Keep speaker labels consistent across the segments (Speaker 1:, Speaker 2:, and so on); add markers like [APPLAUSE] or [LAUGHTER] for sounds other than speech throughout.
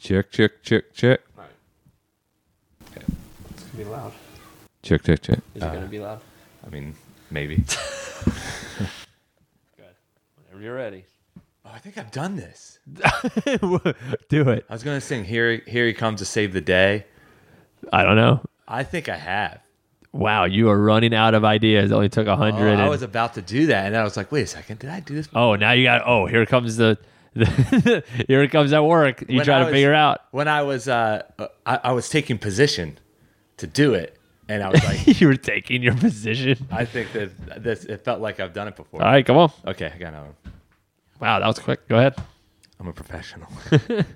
Speaker 1: Check, check, check, check.
Speaker 2: It's gonna be loud.
Speaker 1: Check, check, check.
Speaker 2: Is it gonna
Speaker 3: Uh.
Speaker 2: be loud?
Speaker 1: I mean, maybe.
Speaker 2: Good. Whenever you're ready.
Speaker 1: [LAUGHS] oh, I think I've done this.
Speaker 3: Do it.
Speaker 1: I was going to sing here, here He Comes to Save the Day.
Speaker 3: I don't know.
Speaker 1: I think I have.
Speaker 3: Wow, you are running out of ideas. It only took a
Speaker 1: Oh,
Speaker 3: hundred.
Speaker 1: I
Speaker 3: and-
Speaker 1: was about to do that, and then I was like, wait a second, did I do this?
Speaker 3: oh, now you got. Oh, here comes the. the [LAUGHS] here it comes at work. You
Speaker 1: When
Speaker 3: try
Speaker 1: I
Speaker 3: to
Speaker 1: was-
Speaker 3: figure out. [LAUGHS]
Speaker 1: When I was, uh, I, I was taking position to do it, and I was [LAUGHS] like,
Speaker 3: you were taking your position.
Speaker 1: I think that this, it felt like I've done it before.
Speaker 3: All right, come on.
Speaker 1: Okay, I got another one.
Speaker 3: Wow, that was quick. Go ahead.
Speaker 1: I'm a professional. [LAUGHS]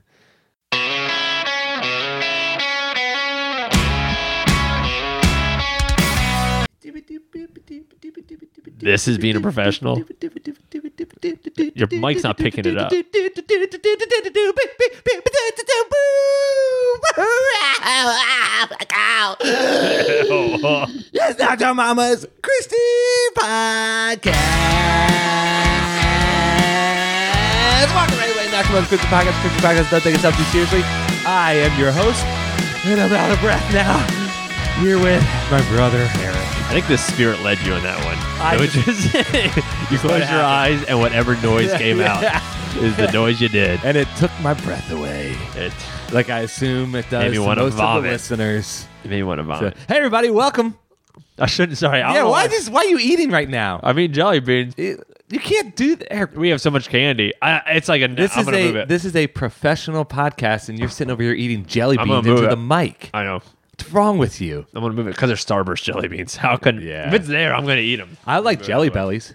Speaker 3: This is being a professional. Your mic's not picking
Speaker 1: [LAUGHS]
Speaker 3: it up.
Speaker 1: It's not your mama's Christie podcast. Welcome everybody to National Mama's Christie podcast. Christie podcast don't take itself too seriously. I am your host, and I'm out of breath now. You're with my brother Eric.
Speaker 3: I think the spirit led you in that one.
Speaker 1: I
Speaker 3: it was just [LAUGHS] you closed your
Speaker 1: happened.
Speaker 3: eyes and whatever
Speaker 1: [LAUGHS]
Speaker 3: noise came out is the noise you did.
Speaker 1: and it took my breath away.
Speaker 3: It
Speaker 1: Like I assume it does
Speaker 3: Made me
Speaker 1: to
Speaker 3: wanna
Speaker 1: most of the
Speaker 3: vomit.
Speaker 1: listeners.
Speaker 3: it made me want to
Speaker 1: So-
Speaker 3: vomit.
Speaker 1: hey everybody, welcome.
Speaker 3: I shouldn't. Sorry. I don't
Speaker 1: Yeah,
Speaker 3: know
Speaker 1: why this? Why are you eating right now?
Speaker 3: I mean, Jolly Beans.
Speaker 1: It- you can't do that. Eric,
Speaker 3: We have so much candy. I, it's like a.
Speaker 1: This
Speaker 3: I'm
Speaker 1: is
Speaker 3: gonna move
Speaker 1: a
Speaker 3: it.
Speaker 1: this is a professional podcast, and you're sitting over here eating jelly
Speaker 3: I'm gonna
Speaker 1: beans into
Speaker 3: move
Speaker 1: the
Speaker 3: it.
Speaker 1: mic.
Speaker 3: I know.
Speaker 1: What's wrong with you?
Speaker 3: I'm gonna move it because they're Starburst jelly beans. [LAUGHS] How could?
Speaker 1: Yeah.
Speaker 3: If it's there, I'm gonna eat them.
Speaker 1: I like jelly bellies.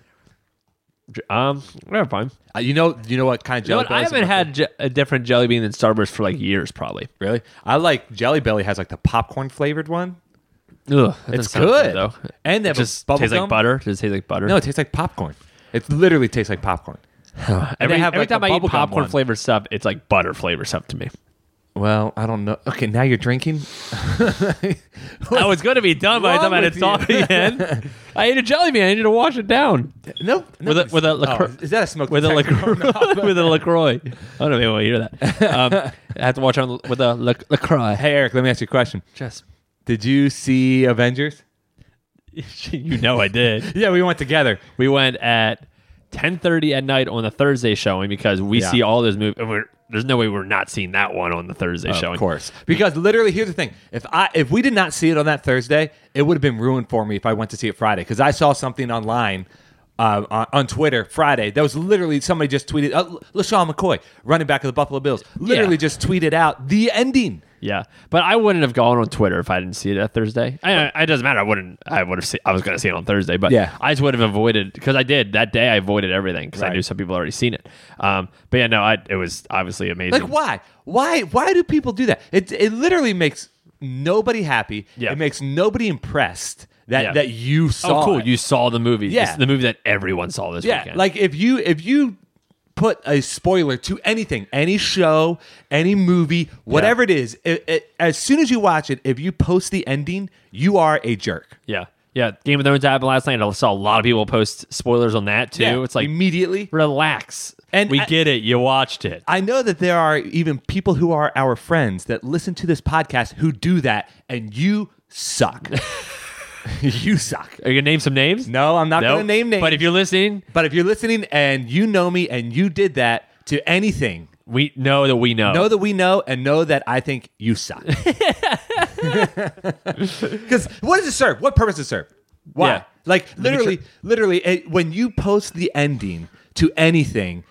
Speaker 3: Um, we're fine.
Speaker 1: Uh, you know, you know what kind of
Speaker 3: You know
Speaker 1: jelly
Speaker 3: what? I haven't
Speaker 1: bellies?
Speaker 3: had je- a different jelly bean than Starburst for like years, probably.
Speaker 1: really. I like jelly belly has like the popcorn flavored one.
Speaker 3: Ugh, that doesn't
Speaker 1: It's
Speaker 3: sound
Speaker 1: good
Speaker 3: though.
Speaker 1: and they
Speaker 3: It
Speaker 1: have
Speaker 3: just
Speaker 1: a bubble
Speaker 3: tastes
Speaker 1: gum.
Speaker 3: like butter. Does it taste like butter?
Speaker 1: No, it tastes like popcorn. It literally tastes like popcorn.
Speaker 3: every,
Speaker 1: they have,
Speaker 3: every
Speaker 1: like, the
Speaker 3: time I eat
Speaker 1: bubble gum
Speaker 3: popcorn
Speaker 1: one.
Speaker 3: flavored stuff, it's like butter flavored stuff to me.
Speaker 1: Well, I don't know. Okay, now you're [LAUGHS] drinking.
Speaker 3: I was going to be done by the
Speaker 1: wrong
Speaker 3: time I had
Speaker 1: with
Speaker 3: to talk
Speaker 1: you?
Speaker 3: [LAUGHS] again. I ate a jelly bean. I needed to wash it down
Speaker 1: No, no
Speaker 3: with a with a LaCroix.
Speaker 1: Oh, is that a smoke
Speaker 3: with a
Speaker 1: detector? [LAUGHS]
Speaker 3: LaCroix, with a LaCroix. I don't even want to hear that.
Speaker 1: [LAUGHS]
Speaker 3: Um, I have to watch on with a La- LaCroix.
Speaker 1: Uh, Hey Eric, let me ask you a question.
Speaker 3: Just
Speaker 1: Did you see Avengers?
Speaker 3: [LAUGHS] you know, I did.
Speaker 1: Yeah, we went together.
Speaker 3: We went at 10:30 at night on the Thursday showing because we
Speaker 1: Yeah.
Speaker 3: see all those movies. And we're, there's no way we're not seeing that one on the Thursday showing.
Speaker 1: Of course, because literally, here's the thing: if I if we did not see it on that Thursday, it would have been ruined for me if I went to see it Friday because I saw something online. Uh, on, on Twitter Friday, that was literally somebody just tweeted. Uh, LaShawn McCoy, running back of the Buffalo Bills, literally
Speaker 3: Yeah.
Speaker 1: just tweeted out the ending.
Speaker 3: Yeah, but I wouldn't have gone on Twitter if I didn't see it that Thursday. I, I, it doesn't matter. I wouldn't. I would have. Seen, I was going to see it on Thursday, but
Speaker 1: Yeah.
Speaker 3: I just would have avoided because I did that day. I avoided everything because I
Speaker 1: Right.
Speaker 3: knew some people had already seen it. Um, but yeah, no, I, it was obviously amazing.
Speaker 1: Like, why? Why? Why do people do that? It it literally makes nobody happy.
Speaker 3: Yeah.
Speaker 1: It makes nobody impressed that
Speaker 3: Yeah.
Speaker 1: that you saw.
Speaker 3: oh, cool!
Speaker 1: it.
Speaker 3: You saw the movie.
Speaker 1: Yeah.
Speaker 3: This is the movie that everyone saw this
Speaker 1: Yeah,
Speaker 3: weekend.
Speaker 1: like if you if you put a spoiler to anything, any show, any movie, whatever it is, it, it, as soon as you watch it, if you post the ending, you are a jerk.
Speaker 3: yeah, yeah. Game of Thrones happened last night. I saw a lot of people post spoilers on that too. It's like
Speaker 1: immediately.
Speaker 3: relax.
Speaker 1: And
Speaker 3: we
Speaker 1: I-
Speaker 3: get it. You watched it.
Speaker 1: I know that there are even people who are our friends that listen to this podcast who do that, and you
Speaker 3: [LAUGHS]
Speaker 1: suck. [LAUGHS] you suck.
Speaker 3: Are you gonna name some names?
Speaker 1: No, I'm not going to name names.
Speaker 3: But if you're listening,
Speaker 1: but if you're listening and you know me and you did that to anything,
Speaker 3: we know that we know.
Speaker 1: know that we know and know that I think you [LAUGHS] suck. Because what does it serve? What purpose does it serve? Why?
Speaker 3: Yeah.
Speaker 1: Like literally, literally, it, when you post the ending to anything,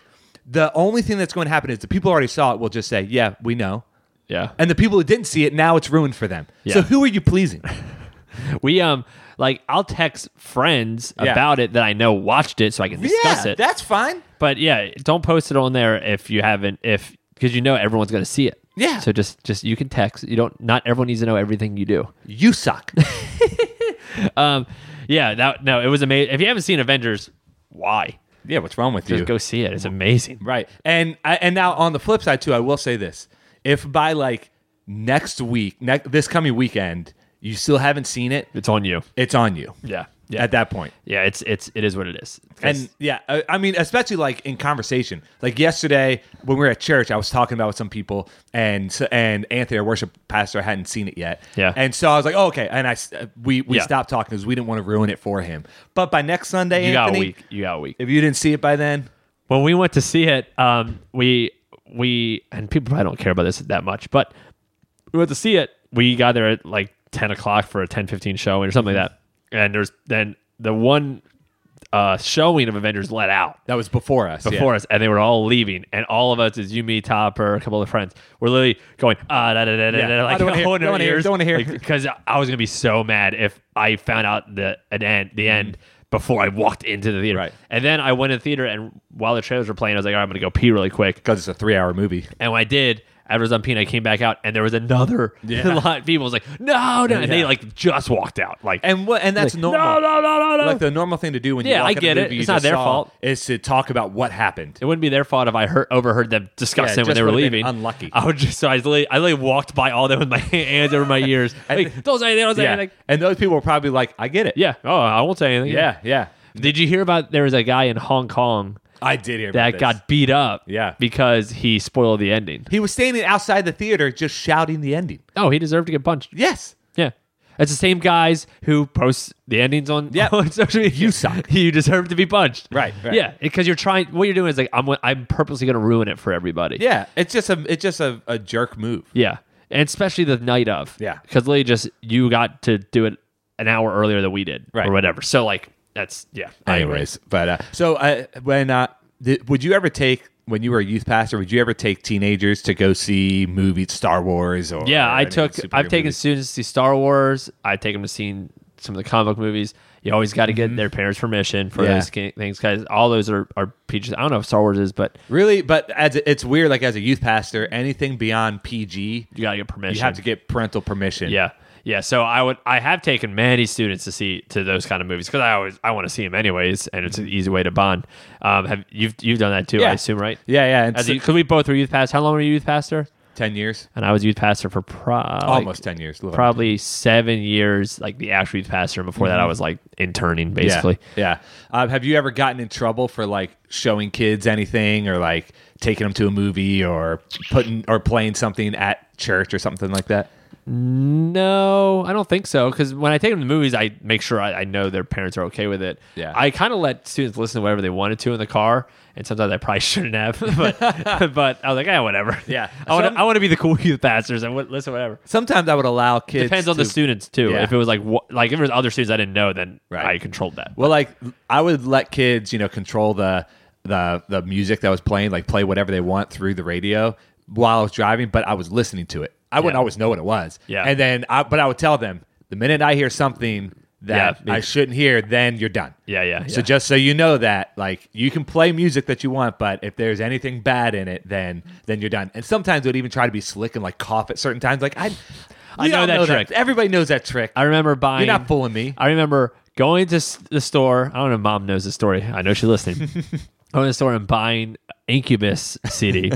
Speaker 1: the only thing that's going to happen is the people who already saw it will just say, "Yeah, we know,"
Speaker 3: yeah.
Speaker 1: and the people who didn't see it now it's ruined for them. So
Speaker 3: Yeah.
Speaker 1: who are you [LAUGHS] pleasing?
Speaker 3: We um like I'll text friends
Speaker 1: Yeah.
Speaker 3: about it that I know watched it so I can discuss it.
Speaker 1: that's fine.
Speaker 3: but yeah, don't post it on there if you haven't if because you know everyone's gonna see it.
Speaker 1: Yeah.
Speaker 3: So just just you can text. You don't not everyone needs to know everything you do.
Speaker 1: You suck.
Speaker 3: Um yeah, that no, it was amazing. If you haven't seen Avengers, why?
Speaker 1: [LAUGHS] yeah, what's wrong with
Speaker 3: Just go see it. It's amazing.
Speaker 1: Right. And I, and now on the flip side too, I will say this: if by like next week, ne- this coming weekend, you still haven't seen it,
Speaker 3: It's on you.
Speaker 1: it's on you.
Speaker 3: Yeah. Yeah.
Speaker 1: at that point.
Speaker 3: Yeah, it's it's it is what it is. 'Cause-
Speaker 1: And yeah, I, I mean, especially like in conversation. Like yesterday when we were at church, I was talking about it with some people, and s- and Anthony, our worship pastor, hadn't seen it yet.
Speaker 3: Yeah.
Speaker 1: and so I was like, oh, okay. And I s- we we
Speaker 3: Yeah.
Speaker 1: stopped talking because we didn't want to ruin it for him. But by next Sunday,
Speaker 3: you got
Speaker 1: Anthony,
Speaker 3: a week. You got a week.
Speaker 1: if you didn't see it by then,
Speaker 3: when we went to see it, um, we we and people probably don't care about this that much, but we went to see it. We got there at like ten o'clock for a ten fifteen showing or something like that. And there's then the one uh, showing of Avengers let out
Speaker 1: that was before us. yeah.
Speaker 3: before us, and they were all leaving, and all of us is you, me, Topper, a couple of friends. We're literally going ah da da da da
Speaker 1: Yeah.
Speaker 3: da,
Speaker 1: I
Speaker 3: like [LAUGHS]
Speaker 1: don't wanna hear-
Speaker 3: holding
Speaker 1: don't
Speaker 3: our
Speaker 1: wanna hear-
Speaker 3: ears,
Speaker 1: don't wanna hear.
Speaker 3: because I was gonna be so mad if I found out the an end the end before I walked into the theater.
Speaker 1: Mm-hmm. Right.
Speaker 3: And then I went in the theater, and while the trailers were playing, I was like, all right, I'm gonna go pee really quick.
Speaker 1: because it's a three-hour movie.
Speaker 3: And when I did. After I was on pee, and I came back out, and there was another [LAUGHS] lot of people. was like, "No, no!" And they
Speaker 1: Yeah.
Speaker 3: like just walked out. Like,
Speaker 1: And what? And that's
Speaker 3: like, [LAUGHS]
Speaker 1: normal.
Speaker 3: No, no, no, no, no.
Speaker 1: Like the normal thing to do when you
Speaker 3: Yeah,
Speaker 1: walk
Speaker 3: I
Speaker 1: out of
Speaker 3: get
Speaker 1: a
Speaker 3: it.
Speaker 1: movie you
Speaker 3: It's not
Speaker 1: just
Speaker 3: their
Speaker 1: saw
Speaker 3: fault.
Speaker 1: is to talk about what happened.
Speaker 3: It wouldn't be their fault if I heard, overheard them discussing
Speaker 1: Yeah,
Speaker 3: when
Speaker 1: just
Speaker 3: they were
Speaker 1: would've been
Speaker 3: leaving.
Speaker 1: unlucky.
Speaker 3: I would just so I literally, I literally walked by all them with my [LAUGHS] hands over my
Speaker 1: [LAUGHS]
Speaker 3: ears. like, don't say anything. Don't say
Speaker 1: Yeah,
Speaker 3: anything.
Speaker 1: and those people were probably like, I get it.
Speaker 3: Yeah. Oh, I won't say anything.
Speaker 1: yeah, yeah.
Speaker 3: Did you hear about there was a guy in Hong Kong
Speaker 1: I did hear about
Speaker 3: that
Speaker 1: this.
Speaker 3: got beat up?
Speaker 1: Yeah.
Speaker 3: Because he spoiled the ending.
Speaker 1: He was standing outside the theater just shouting the ending.
Speaker 3: Oh, he deserved to get punched.
Speaker 1: Yes.
Speaker 3: Yeah. It's the same guys who post the endings on, [LAUGHS]
Speaker 1: Yep.
Speaker 3: on social media. You
Speaker 1: suck.
Speaker 3: [LAUGHS] You deserve to be punched.
Speaker 1: Right, right.
Speaker 3: Yeah. Because you're trying, what you're doing is like, I'm, I'm purposely going to ruin it for everybody.
Speaker 1: Yeah. It's just a it's just a, a jerk move.
Speaker 3: Yeah. And especially the night of.
Speaker 1: Yeah.
Speaker 3: Because literally just you got to do it an hour earlier than we did.
Speaker 1: Right.
Speaker 3: Or whatever. So like that's yeah.
Speaker 1: Anyways, but uh, so uh, when uh, th- would you ever take when you were a youth pastor? Would you ever take teenagers to go see movies, Star Wars? Or
Speaker 3: Yeah, I
Speaker 1: any
Speaker 3: took
Speaker 1: superhero
Speaker 3: I've taken
Speaker 1: movies?
Speaker 3: students to see Star Wars. I take them to see some of the comic book movies. You always got to get their parents' permission for
Speaker 1: Mm-hmm. Yeah.
Speaker 3: those ki- things, guys. All those are are peaches. I don't know if Star Wars is, but
Speaker 1: really, but as a, it's weird. Like as a youth pastor, anything beyond PG,
Speaker 3: you got to get permission.
Speaker 1: you have to get parental permission.
Speaker 3: Yeah. Yeah, so I would I have taken many students to see to those kind of movies because I always I want to see them anyways, and it's an easy way to bond. Um, have you've you've done that too? I
Speaker 1: Yeah.
Speaker 3: assume, right?
Speaker 1: yeah, yeah. And
Speaker 3: As
Speaker 1: so-
Speaker 3: a, cause we both were youth pastor. How long were you youth pastor?
Speaker 1: ten years,
Speaker 3: And I was youth pastor for pro-
Speaker 1: almost
Speaker 3: like,
Speaker 1: ten years. a little under.
Speaker 3: probably seven years, like the actual youth pastor. And before that, I was like interning basically.
Speaker 1: Mm-hmm. Yeah. yeah. Um, have you ever gotten in trouble for like showing kids anything or like taking them to a movie or putting or playing something at church or something like that?
Speaker 3: No, I don't think so. Because when I take them to the movies, I make sure I, I know their parents are okay with it.
Speaker 1: Yeah.
Speaker 3: I kind of let students listen to whatever they wanted to in the car, and sometimes I probably [LAUGHS] shouldn't have. But
Speaker 1: [LAUGHS]
Speaker 3: but I was like, yeah, whatever.
Speaker 1: Yeah.
Speaker 3: [LAUGHS] I want
Speaker 1: Some-
Speaker 3: to I want to be the cool youth pastors and what- listen to whatever.
Speaker 1: Sometimes I would allow kids.
Speaker 3: Depends on the
Speaker 1: to-
Speaker 3: students too.
Speaker 1: Yeah.
Speaker 3: If it was like wha- like if it was other students I didn't know, then
Speaker 1: Right.
Speaker 3: I controlled that.
Speaker 1: Well, like I would let kids, you know, control the the the music that was playing, like play whatever they want through the radio while I was driving, but I was listening to it. I wouldn't
Speaker 3: Yeah.
Speaker 1: always know what it was.
Speaker 3: Yeah.
Speaker 1: And then, I, but I would tell them the minute I hear something that
Speaker 3: Yeah, me-
Speaker 1: I shouldn't hear, then you're done.
Speaker 3: Yeah, yeah.
Speaker 1: So
Speaker 3: yeah.
Speaker 1: just so you know that, like, you can play music that you want, but if there's anything bad in it, then then you're done. And sometimes they would even try to be slick and like cough at certain times. Like I,
Speaker 3: I
Speaker 1: we
Speaker 3: know
Speaker 1: all
Speaker 3: that trick.
Speaker 1: Everybody knows that trick.
Speaker 3: I remember buying.
Speaker 1: You're not fooling me.
Speaker 3: I remember going to s- the store. I don't know. if Mom knows the story. I know she's
Speaker 1: [LAUGHS]
Speaker 3: listening. I went to the store and buying Incubus
Speaker 1: [LAUGHS]
Speaker 3: CD,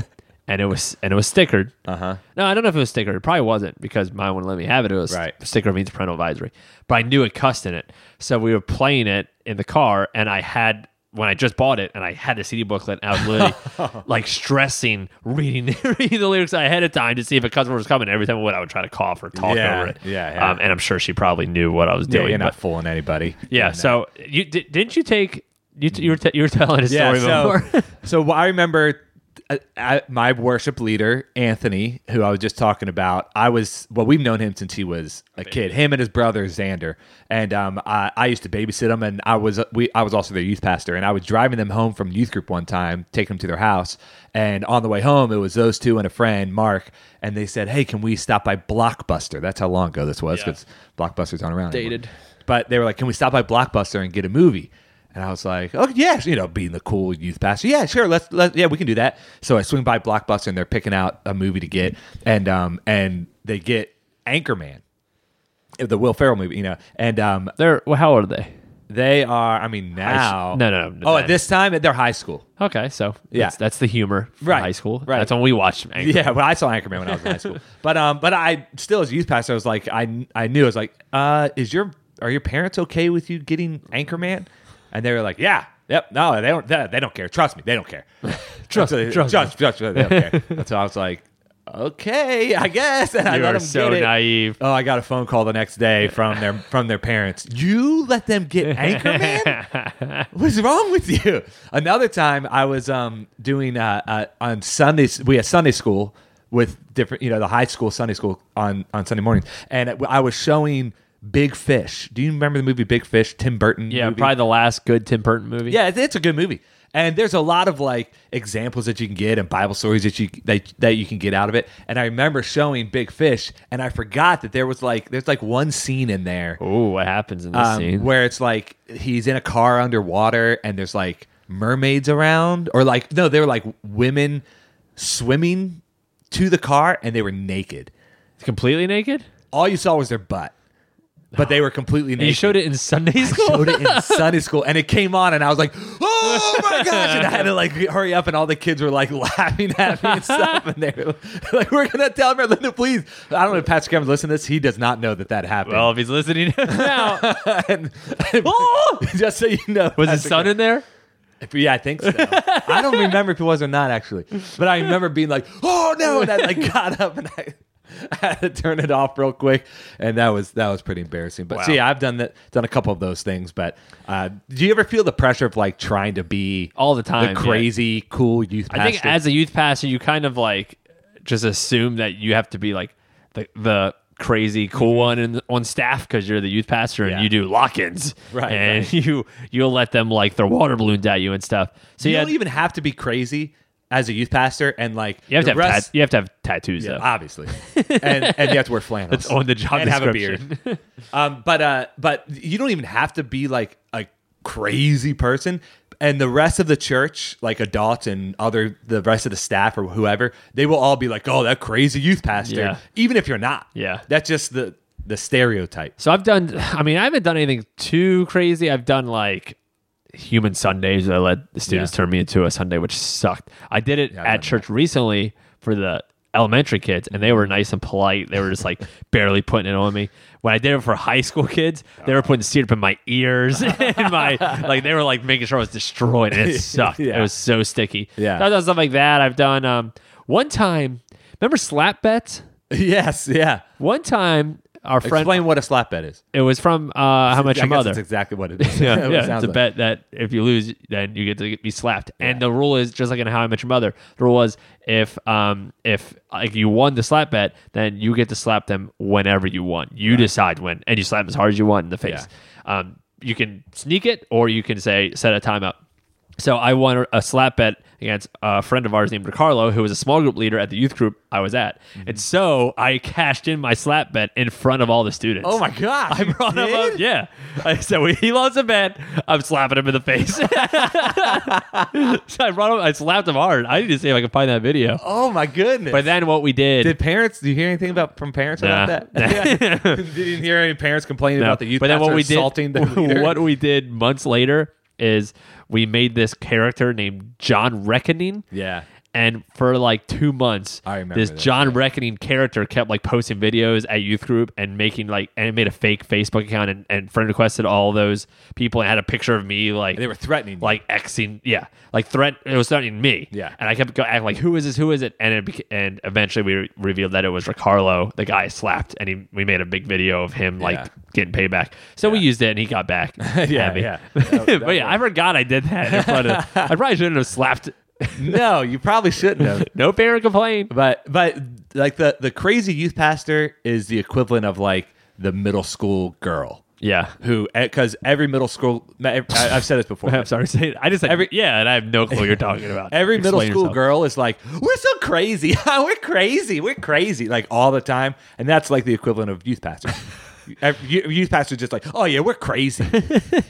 Speaker 3: and it was and it was stickered. Uh
Speaker 1: Uh-huh.
Speaker 3: huh. No, I don't know if it was stickered. It probably wasn't because mine wouldn't let me have it. It was
Speaker 1: Right.
Speaker 3: sticker means parental advisory, but I knew it cussed in it. So we were playing it in the car, and I had. When I just bought it and I had the CD booklet, and I was
Speaker 1: [LAUGHS]
Speaker 3: literally like stressing, reading, [LAUGHS] reading the lyrics ahead of time to see if a customer was coming. Every time I would, I would try to cough or talk
Speaker 1: Yeah,
Speaker 3: over it.
Speaker 1: yeah, yeah.
Speaker 3: Um, and I'm sure she probably knew what I was
Speaker 1: yeah,
Speaker 3: doing.
Speaker 1: you're not
Speaker 3: but-
Speaker 1: fooling anybody.
Speaker 3: yeah. So you di- didn't you take you t- you were t- you were [LAUGHS] telling a story
Speaker 1: so, [LAUGHS]
Speaker 3: [LAUGHS] before?
Speaker 1: so wh- I remember uh, I, my worship leader Anthony, who I was just talking about. I was well, we've known him since he was a kid. Him and his brother Xander, and um, I, I used to babysit him, and I was we I was also their youth pastor, and I was driving them home from youth group one time, taking them to their house, and on the way home, it was those two and a friend Mark, and they said, "Hey, can we stop by Blockbuster?" That's how long ago this was because Blockbuster's on around. anymore.
Speaker 3: Dated.
Speaker 1: But they were like, "Can we stop by Blockbuster and get a movie?" And I was like, "Oh yeah, you know, being the cool youth pastor, yeah, sure, let's let yeah, we can do that." So I swing by Blockbuster and they're picking out a movie to get, and um and they get Anchorman, the Will Ferrell movie, you know, and um
Speaker 3: They're well, how old are they?
Speaker 1: they are, I mean, now
Speaker 3: no, no, no,
Speaker 1: oh
Speaker 3: then.
Speaker 1: at this time they're high school,
Speaker 3: Okay, so
Speaker 1: Yeah.
Speaker 3: that's, that's the humor. From
Speaker 1: Right,
Speaker 3: high school.
Speaker 1: right.
Speaker 3: That's when we watched. Anchor.
Speaker 1: Yeah, well, I saw Anchorman
Speaker 3: [LAUGHS]
Speaker 1: when I was in high school. But um, but I still as a youth pastor, I was like, I I knew I was like, uh, is your are your parents okay with you getting Anchorman?" And they were like, "Yeah, yep, no, they don't, they, they don't care. Trust me, they don't care. trust, me,
Speaker 3: [LAUGHS] trust
Speaker 1: trust, trust, me, they don't
Speaker 3: [LAUGHS]
Speaker 1: care." And so I was like, "Okay, I guess." And I
Speaker 3: You
Speaker 1: let
Speaker 3: are
Speaker 1: them
Speaker 3: so
Speaker 1: get it.
Speaker 3: naive.
Speaker 1: Oh, I got a phone call the next day from their from their parents. You let them
Speaker 3: [LAUGHS]
Speaker 1: get Anchorman? What's wrong with you? Another time, I was um, doing uh, uh, on Sundays. We had Sunday school with different, you know, the high school Sunday school on on Sunday mornings, and I was showing Big Fish. Do you remember the movie Big Fish? Tim Burton.
Speaker 3: Yeah,
Speaker 1: movie?
Speaker 3: probably the last good Tim Burton movie.
Speaker 1: Yeah, it's, it's a good movie. And there's a lot of like examples that you can get and Bible stories that you that, that you can get out of it. And I remember showing Big Fish, and I forgot that there was like there's like one scene in there
Speaker 3: Oh, what happens in this
Speaker 1: um,
Speaker 3: scene?
Speaker 1: where it's like he's in a car underwater and there's like mermaids around or like no they were like women swimming to the car and they were naked.
Speaker 3: Completely naked?
Speaker 1: All you saw was their butt, but they were completely naked.
Speaker 3: You showed it in
Speaker 1: [LAUGHS]
Speaker 3: Sunday school.
Speaker 1: showed it in Sunday school, and it came on, and I was like, "Oh my gosh!" And I had to like hurry up, and all the kids were like [LAUGHS] laughing at me and stuff, and they were like, "We're gonna tell Melinda, please." I don't know if Patrick Evans listened to this; he does not know that that happened.
Speaker 3: Well, if he's listening [LAUGHS] now,
Speaker 1: [LAUGHS] And-
Speaker 3: [LAUGHS]
Speaker 1: just so you know,
Speaker 3: was his
Speaker 1: Patrick-
Speaker 3: son in there?
Speaker 1: Yeah, I think so. [LAUGHS] I don't remember if it was or not actually, but I remember being like, "Oh no!" and
Speaker 3: [LAUGHS]
Speaker 1: I like got up and I. I had to turn it off real quick, and that was that was pretty embarrassing. But
Speaker 3: Wow.
Speaker 1: see, I've done that, done a couple of those things. But uh, do you ever feel the pressure of like trying to be
Speaker 3: All the time, yeah.
Speaker 1: the crazy cool youth? Pastor?
Speaker 3: I think as a youth pastor, you kind of like just assume that you have to be like the the crazy cool one in, on staff because you're the youth pastor and
Speaker 1: Mm-hmm. Yeah.
Speaker 3: you do lock-ins,
Speaker 1: Right,
Speaker 3: And [LAUGHS] you you'll let them like throw water balloons at you and stuff. So
Speaker 1: you
Speaker 3: yeah,
Speaker 1: don't even have to be crazy as a youth pastor, and like
Speaker 3: you have to
Speaker 1: the
Speaker 3: have
Speaker 1: rest-
Speaker 3: tat- you have to have tattoos though.
Speaker 1: obviously, and, and you have to wear flannels.
Speaker 3: It's [LAUGHS] on the job
Speaker 1: and have a
Speaker 3: description.
Speaker 1: beard.
Speaker 3: [LAUGHS]
Speaker 1: [LAUGHS] um, but uh, but you don't even have to be like a crazy person. And the rest of the church, like adults and other the rest of the staff or whoever, they will all be like, "Oh, that crazy youth pastor."
Speaker 3: Yeah.
Speaker 1: Even if you're not,
Speaker 3: Yeah.
Speaker 1: that's just the the stereotype.
Speaker 3: So I've done. I mean, I haven't done anything too crazy. I've done like human Sundays. I let the students
Speaker 1: Yeah.
Speaker 3: turn me into a Sunday, which sucked. I did it
Speaker 1: I've
Speaker 3: at
Speaker 1: done
Speaker 3: church recently for the elementary kids, and they were nice and polite. They were just
Speaker 1: [LAUGHS]
Speaker 3: like barely putting it on me. When I did it for high school kids, they
Speaker 1: Uh.
Speaker 3: were putting syrup in my
Speaker 1: [LAUGHS]
Speaker 3: ears [LAUGHS] and my like. They were like making sure I was destroyed, and it sucked.
Speaker 1: Yeah.
Speaker 3: It was so sticky.
Speaker 1: Yeah.
Speaker 3: So I've done stuff like that. I've done um one time. Remember slap bets?
Speaker 1: [LAUGHS] yes, yeah.
Speaker 3: One time, our friend.
Speaker 1: Explain what a slap bet is.
Speaker 3: It was from uh, how much
Speaker 1: I
Speaker 3: your
Speaker 1: guess
Speaker 3: mother.
Speaker 1: That's exactly [LAUGHS]
Speaker 3: [LAUGHS]
Speaker 1: what it is.
Speaker 3: yeah,
Speaker 1: It
Speaker 3: yeah,
Speaker 1: sounds
Speaker 3: it's a
Speaker 1: like-
Speaker 3: bet that if you lose, then you get to be slapped. And the rule is just like in How I Met Your Mother. The rule was if um if like you won the slap bet, then you get to slap them whenever you want. You decide when, and you slap them as hard as you want in the face. Um, you can sneak it, or you can say set a time up. So I won a slap bet against a friend of ours named Ricardo, who was a small group leader at the youth group I was at.
Speaker 1: Mm-hmm.
Speaker 3: And so I cashed in my slap bet in front of all the students.
Speaker 1: Oh my god!
Speaker 3: I brought him up. Yeah. I said, when he lost a bet, I'm slapping him in the face. [LAUGHS] so I brought him, I slapped him hard. I need to see if I can find that video.
Speaker 1: Oh my goodness!
Speaker 3: But then what we did.
Speaker 1: Did parents? Do you hear anything about from parents
Speaker 3: Nah.
Speaker 1: about
Speaker 3: [LAUGHS]
Speaker 1: that? [LAUGHS] Yeah. Did you hear any parents complaining
Speaker 3: no,
Speaker 1: about the youth
Speaker 3: but then
Speaker 1: pastor
Speaker 3: what we did,
Speaker 1: assaulting
Speaker 3: [LAUGHS]
Speaker 1: the leader?
Speaker 3: what we did months later is we made this character named John Reckoning.
Speaker 1: Yeah.
Speaker 3: And for like two months,
Speaker 1: I remember
Speaker 3: this
Speaker 1: this,
Speaker 3: John Reckoning character kept like posting videos at youth group and making like, and it made a fake Facebook account and, and friend requested all those people and had a picture of me like
Speaker 1: They were threatening. you.
Speaker 3: like Xing, yeah, like threat. It was threatening me,
Speaker 1: Yeah.
Speaker 3: And I kept go acting like, "Who is this? Who is it?" And it beca- and eventually we re- revealed that it was Ricardo, the guy I slapped, and he, we made a big video of him like
Speaker 1: Yeah.
Speaker 3: getting payback. So we used it, and he got back. at
Speaker 1: [LAUGHS] Yeah,
Speaker 3: me. [LAUGHS]
Speaker 1: yeah. That- that
Speaker 3: but yeah, I forgot I did that in front
Speaker 1: [LAUGHS]
Speaker 3: of. I probably shouldn't have slapped. [LAUGHS]
Speaker 1: no, you probably shouldn't have.
Speaker 3: No parent complained.
Speaker 1: But but like the the crazy youth pastor is the equivalent of like the middle school girl
Speaker 3: Yeah. [LAUGHS]
Speaker 1: who because every middle school eh, I- I've said
Speaker 3: [LAUGHS]
Speaker 1: this before.
Speaker 3: I'm sorry. Say it. I just every yeah, and I have no clue what you're talking about.
Speaker 1: [LAUGHS] Every middle
Speaker 3: Explain
Speaker 1: school
Speaker 3: yourself.
Speaker 1: girl is like, we're so crazy. [LAUGHS] we're crazy. We're crazy. Like all the time. And that's like the equivalent of youth pastor.
Speaker 3: [LAUGHS]
Speaker 1: Every- you- youth pastor just like, oh yeah, we're crazy.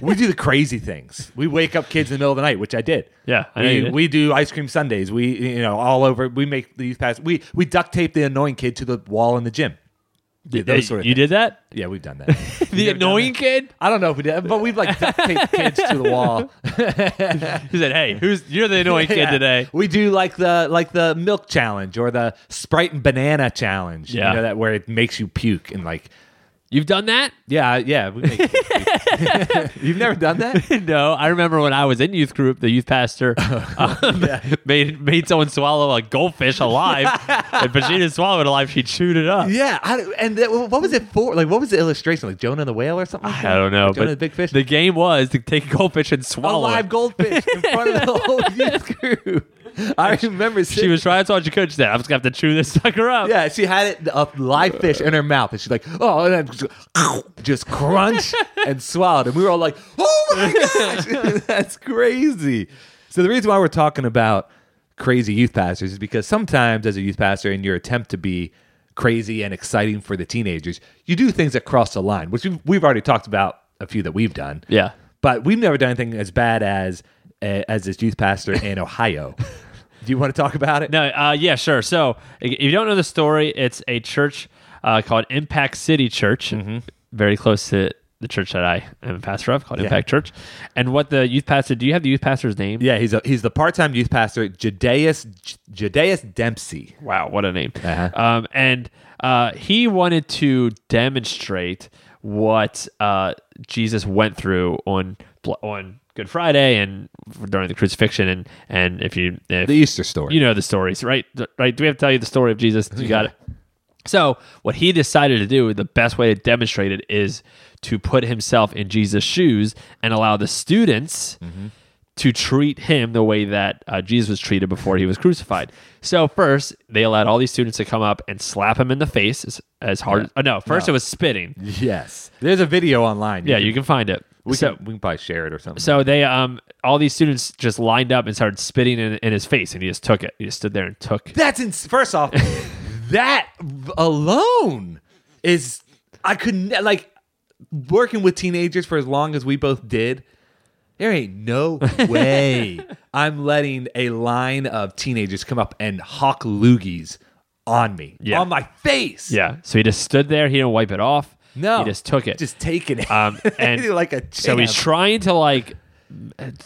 Speaker 1: we do the crazy things. We wake up kids in the middle of the night, which I did.
Speaker 3: Yeah, I know you
Speaker 1: we,
Speaker 3: did.
Speaker 1: we do ice cream Sundays. We you know all over. We make the youth pastor. We we duct tape the annoying kid to the wall in the gym. Yeah,
Speaker 3: Hey,
Speaker 1: those sort of
Speaker 3: you did
Speaker 1: things.
Speaker 3: that.
Speaker 1: Yeah, we've done that.
Speaker 3: The annoying kid.
Speaker 1: I don't know if we did, but we've like duct taped kids to the wall.
Speaker 3: He said, "Hey, who's you're the
Speaker 1: [LAUGHS]
Speaker 3: annoying kid
Speaker 1: Yeah.
Speaker 3: today?"
Speaker 1: We do like the like the milk challenge or the Sprite and banana challenge.
Speaker 3: Yeah.
Speaker 1: You know that where it makes you puke and like
Speaker 3: You've done that?
Speaker 1: Yeah, yeah. We make
Speaker 3: [LAUGHS]
Speaker 1: kids speak. You've never done that?
Speaker 3: no, I remember when I was in youth group, the youth
Speaker 1: [LAUGHS]
Speaker 3: pastor
Speaker 1: Oh,
Speaker 3: um, [LAUGHS] made made someone swallow a goldfish
Speaker 1: [LAUGHS]
Speaker 3: alive, and but she didn't swallow it alive; she chewed it up.
Speaker 1: Yeah, I, and that, what was it for? Like, what was the illustration? Like Jonah and the whale or something? like
Speaker 3: I
Speaker 1: that?
Speaker 3: don't know,
Speaker 1: Jonah
Speaker 3: but
Speaker 1: the big fish.
Speaker 3: The game was to take a goldfish and
Speaker 1: a
Speaker 3: swallow
Speaker 1: live
Speaker 3: it.
Speaker 1: goldfish in front
Speaker 3: [LAUGHS]
Speaker 1: of the whole youth group. I remember
Speaker 3: She was trying so hard she could. She said, "I'm just gonna have to chew this [LAUGHS] sucker up."
Speaker 1: [LAUGHS] Yeah, she had it a live fish in her mouth, and she's like, "Oh," and then just, just crunch and swallowed, and we were all like, "Oh my gosh, [LAUGHS] that's crazy!" So the reason why we're talking about crazy youth pastors is because sometimes, as a youth pastor, in your attempt to be crazy and exciting for the teenagers, you do things that cross the line, which we've, we've already talked about a few that we've done.
Speaker 3: Yeah.
Speaker 1: but we've never done anything as bad as eh, as this youth pastor in Ohio. do you want to talk about it?
Speaker 3: No, uh, yeah, sure. So, if you don't know the story, it's a church uh, called Impact City Church,
Speaker 1: Mm-hmm.
Speaker 3: very close to the church that I am a pastor of, called Impact Church. And what the youth pastor? Do you have the youth pastor's name?
Speaker 1: Yeah, he's a, he's the part-time youth pastor, Jadeus Jadeus Dempsey.
Speaker 3: Wow, what a name.
Speaker 1: Uh-huh.
Speaker 3: Um, and uh, he wanted to demonstrate what uh, Jesus went through on on Good Friday and during the crucifixion. And and if you if
Speaker 1: The Easter story.
Speaker 3: you know the stories, right? D- Right? Do we have to tell you the story of Jesus? You got it. So, what he decided to do, the best way to demonstrate it is to put himself in Jesus' shoes and allow the students to treat him the way that uh, Jesus was treated before he was crucified. So, first, they allowed all these students to come up and slap him in the face as, as hard. Oh, no, first it was spitting.
Speaker 1: yes. There's a video online.
Speaker 3: Yeah, you can find it.
Speaker 1: we,
Speaker 3: so,
Speaker 1: can, we can probably share it or something.
Speaker 3: so they um all these students just lined up and started spitting in, in his face, and he just took it. He just stood there and took
Speaker 1: That's ins-
Speaker 3: [LAUGHS]
Speaker 1: first off, that alone is I could ne- like working with teenagers for as long as we both did. There ain't no
Speaker 3: [LAUGHS]
Speaker 1: way I'm letting a line of teenagers come up and hawk loogies on me,
Speaker 3: Yeah.
Speaker 1: on my face.
Speaker 3: Yeah. So he just stood there. He didn't wipe it off.
Speaker 1: No,
Speaker 3: He just took it.
Speaker 1: Just taking it. [LAUGHS]
Speaker 3: um, and
Speaker 1: like a
Speaker 3: so he's
Speaker 1: champ.
Speaker 3: trying to like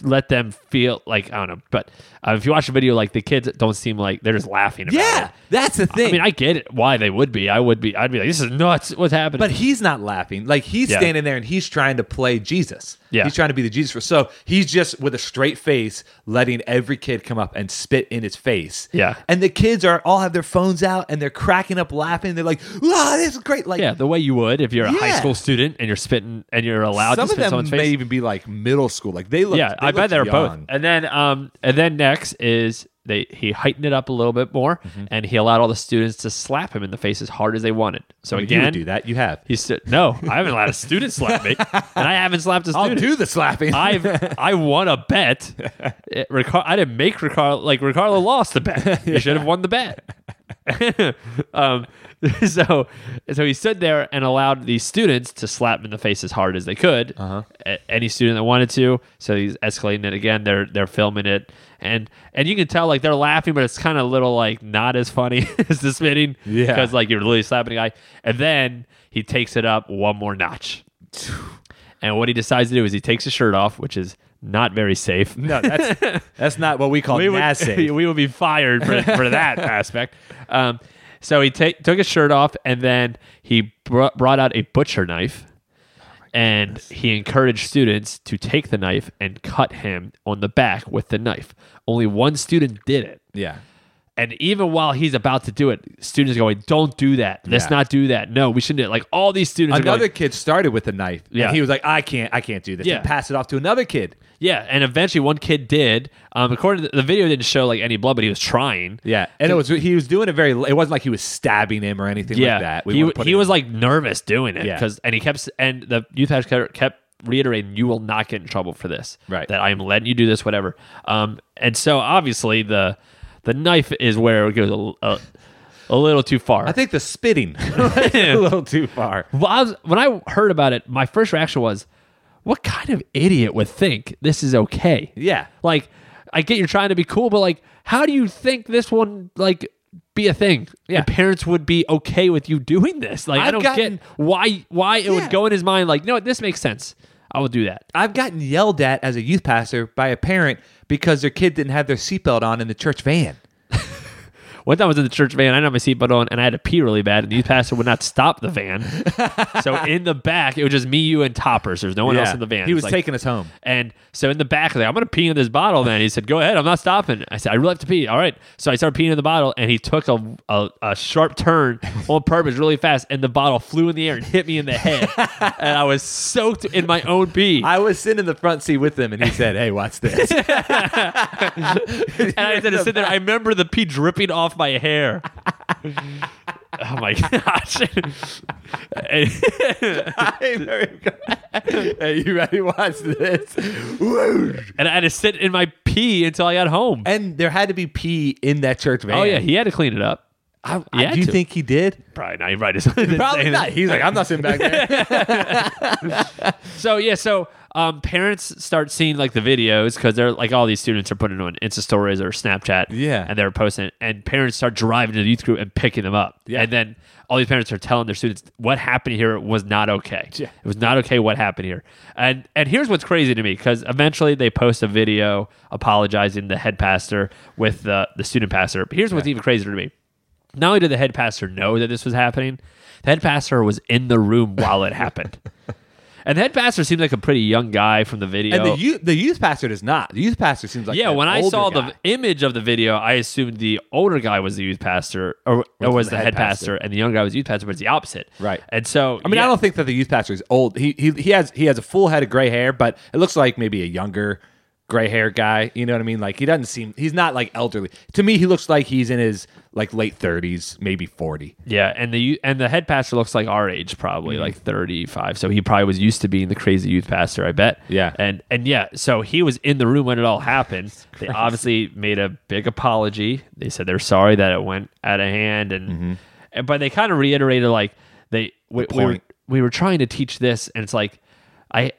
Speaker 3: let them feel like I don't know. But uh, if you watch the video, like the kids don't seem like they're just laughing. About
Speaker 1: Yeah,
Speaker 3: It.
Speaker 1: that's the thing.
Speaker 3: I mean, I get it. Why they would be. I would be. I'd be like, this is nuts. What's happening?
Speaker 1: but he's not laughing. Like he's
Speaker 3: Yeah.
Speaker 1: standing there and he's trying to play Jesus.
Speaker 3: Yeah.
Speaker 1: He's trying to be the Jesus. So he's just with a straight face letting every kid come up and spit in his face.
Speaker 3: Yeah.
Speaker 1: And the kids are all have their phones out and they're cracking up laughing. They're like, wow, this is great. Like
Speaker 3: yeah, the way you would if you're a high
Speaker 1: Yeah.
Speaker 3: school student and you're spitting and you're allowed
Speaker 1: some
Speaker 3: to spit
Speaker 1: of
Speaker 3: in
Speaker 1: them
Speaker 3: someone's face.
Speaker 1: may even be like middle school. Like they look
Speaker 3: yeah, I bet they're both. And then um and then next is they he heightened it up a little bit more
Speaker 1: Mm-hmm.
Speaker 3: and he allowed all the students to slap him in the face as hard as they wanted. So
Speaker 1: you
Speaker 3: again,
Speaker 1: would do that. You have.
Speaker 3: He said, "No, I haven't allowed a student slap me, and I haven't slapped a
Speaker 1: I'll
Speaker 3: student.
Speaker 1: do the slapping.
Speaker 3: I've I won a
Speaker 1: [LAUGHS]
Speaker 3: bet. It- Ricar- I didn't make Ricardo like Ricardo lost the bet. You should have won the bet. [LAUGHS] um, so so he stood there and allowed the students to slap him in the face as hard as they could. A- any student that wanted to. So he's escalating it again. They're they're filming it, and and you can tell like they're laughing, but it's kind of a little like not as funny [LAUGHS] as the spitting.
Speaker 1: Yeah.
Speaker 3: because like you're literally slapping a guy, and then he takes it up one more notch. And what he decides to do is he takes his shirt off, which is not very safe.
Speaker 1: [LAUGHS] no, that's
Speaker 3: [LAUGHS]
Speaker 1: that's not what we call
Speaker 3: we, [LAUGHS] would,
Speaker 1: nasty.
Speaker 3: we would be fired for, for
Speaker 1: [LAUGHS]
Speaker 3: that aspect. Um, so he ta- took his shirt off and then he br- brought out a butcher knife. And he encouraged students to take the knife and cut him on the back with the knife. Only one student did it.
Speaker 1: yeah.
Speaker 3: And even while he's about to do it, students are going, Don't do that. Let's
Speaker 1: Yeah.
Speaker 3: not do that. No, we shouldn't do it. Like all these students are
Speaker 1: Another
Speaker 3: going,
Speaker 1: kid started with a knife.
Speaker 3: Yeah.
Speaker 1: And he was like, I can't, I can't do this.
Speaker 3: Yeah.
Speaker 1: And pass it off to another kid.
Speaker 3: Yeah, and eventually one kid did. Um, according to the, the video, didn't show like any blood, but he was trying.
Speaker 1: Yeah, and it was he was doing it very. It wasn't like he was stabbing him or anything
Speaker 3: yeah.
Speaker 1: like that.
Speaker 3: he
Speaker 1: wanna put
Speaker 3: he
Speaker 1: it-
Speaker 3: was like nervous doing it
Speaker 1: Yeah.
Speaker 3: because, and he kept s- and the youth pastor kept- kept reiterating, "You will not get in trouble for this.
Speaker 1: Right.
Speaker 3: That I am letting you do this, whatever." Um, and so obviously the the knife is where it goes a, a, a little too far.
Speaker 1: I think the spitting [LAUGHS] was a little too far.
Speaker 3: Well, I was, when I heard about it, my first reaction was, "What kind of idiot would think this is okay?"
Speaker 1: Yeah.
Speaker 3: Like, I get you're trying to be cool, but like, how do you think this one like be a thing? Yeah, parents would be okay with you doing this. Like, I've I
Speaker 1: I've
Speaker 3: do not
Speaker 1: gotten-
Speaker 3: get why why it
Speaker 1: Yeah.
Speaker 3: would go in his mind. Like, no, this makes sense. I will do that.
Speaker 1: I've gotten yelled at as a youth pastor by a parent because their kid didn't have their seatbelt on in the church van.
Speaker 3: One time I was in the church van, I didn't have my seatbelt on, and I had to pee really bad, and the youth pastor would not stop the [LAUGHS] van. so in the back, it was just me, you, and Toppers. There's no one else in the van.
Speaker 1: He
Speaker 3: It's
Speaker 1: was
Speaker 3: like-
Speaker 1: taking us home.
Speaker 3: and so in the back, like, I'm going to pee in this bottle, man. He said, Go ahead. I'm not stopping. I said, I really have to pee. All right. So I started peeing in the bottle, and he took a, a, a sharp turn on purpose really fast, and the bottle flew in the air and hit me in the
Speaker 1: [LAUGHS]
Speaker 3: head. and I was soaked in my own pee.
Speaker 1: I was sitting in the front seat with him, and he said, "Hey, watch this."
Speaker 3: and I had to sit there. I remember the pee dripping off my
Speaker 1: [LAUGHS]
Speaker 3: hair. oh my gosh. and,
Speaker 1: [LAUGHS]
Speaker 3: [LAUGHS]
Speaker 1: hey, very good. [LAUGHS] Hey, you ready? Watch this. Woo!
Speaker 3: and I had to sit in my pee until I got home.
Speaker 1: and there had to be pee in that church van.
Speaker 3: oh, yeah. He had to clean it up.
Speaker 1: I,
Speaker 3: He
Speaker 1: I,
Speaker 3: had
Speaker 1: do you
Speaker 3: to.
Speaker 1: think he did?
Speaker 3: Probably not. He probably [LAUGHS]
Speaker 1: [LAUGHS] Probably not. He's like, I'm not sitting back there.
Speaker 3: So yeah, so um, parents start seeing like the videos because they're like all these students are putting on Insta stories or Snapchat,
Speaker 1: Yeah.
Speaker 3: and they're posting, it, and parents start driving to the youth group and picking them up,
Speaker 1: Yeah.
Speaker 3: and then all these parents are telling their students what happened here was not okay.
Speaker 1: Yeah.
Speaker 3: It was not okay what happened here, and and here's what's crazy to me because eventually they post a video apologizing the head pastor with the the student pastor. But here's what's even crazier to me: not only did the head pastor know that this was happening, the head pastor was in the room while it
Speaker 1: [LAUGHS]
Speaker 3: happened. And the head pastor seems like a pretty young guy from the video.
Speaker 1: and the youth, the youth pastor does not. The youth pastor seems like
Speaker 3: yeah,
Speaker 1: an
Speaker 3: when I
Speaker 1: older
Speaker 3: saw
Speaker 1: guy.
Speaker 3: the image of the video, I assumed the older guy was the youth pastor or, or was the head pastor, and the young guy was the youth pastor, but it's the opposite.
Speaker 1: Right.
Speaker 3: And so
Speaker 1: I mean, I don't think that the youth pastor is old. He he he has he has a full head of gray hair, but it looks like maybe a younger gray hair guy. You know what I mean? Like he doesn't seem he's not like elderly. To me, he looks like he's in his like late thirties, maybe forty.
Speaker 3: Yeah, and the you- and the head pastor looks like our age,
Speaker 1: Mm-hmm.
Speaker 3: probably like thirty five. So he probably was used to being the crazy youth pastor, I bet.
Speaker 1: Yeah.
Speaker 3: and and yeah, so he was in the room when it all happened. They obviously made a big apology. They said they're sorry that it went out of hand, and,
Speaker 1: Mm-hmm.
Speaker 3: and- but they kind of reiterated like they we, we were
Speaker 1: point.
Speaker 3: we were trying to teach this, and it's like I.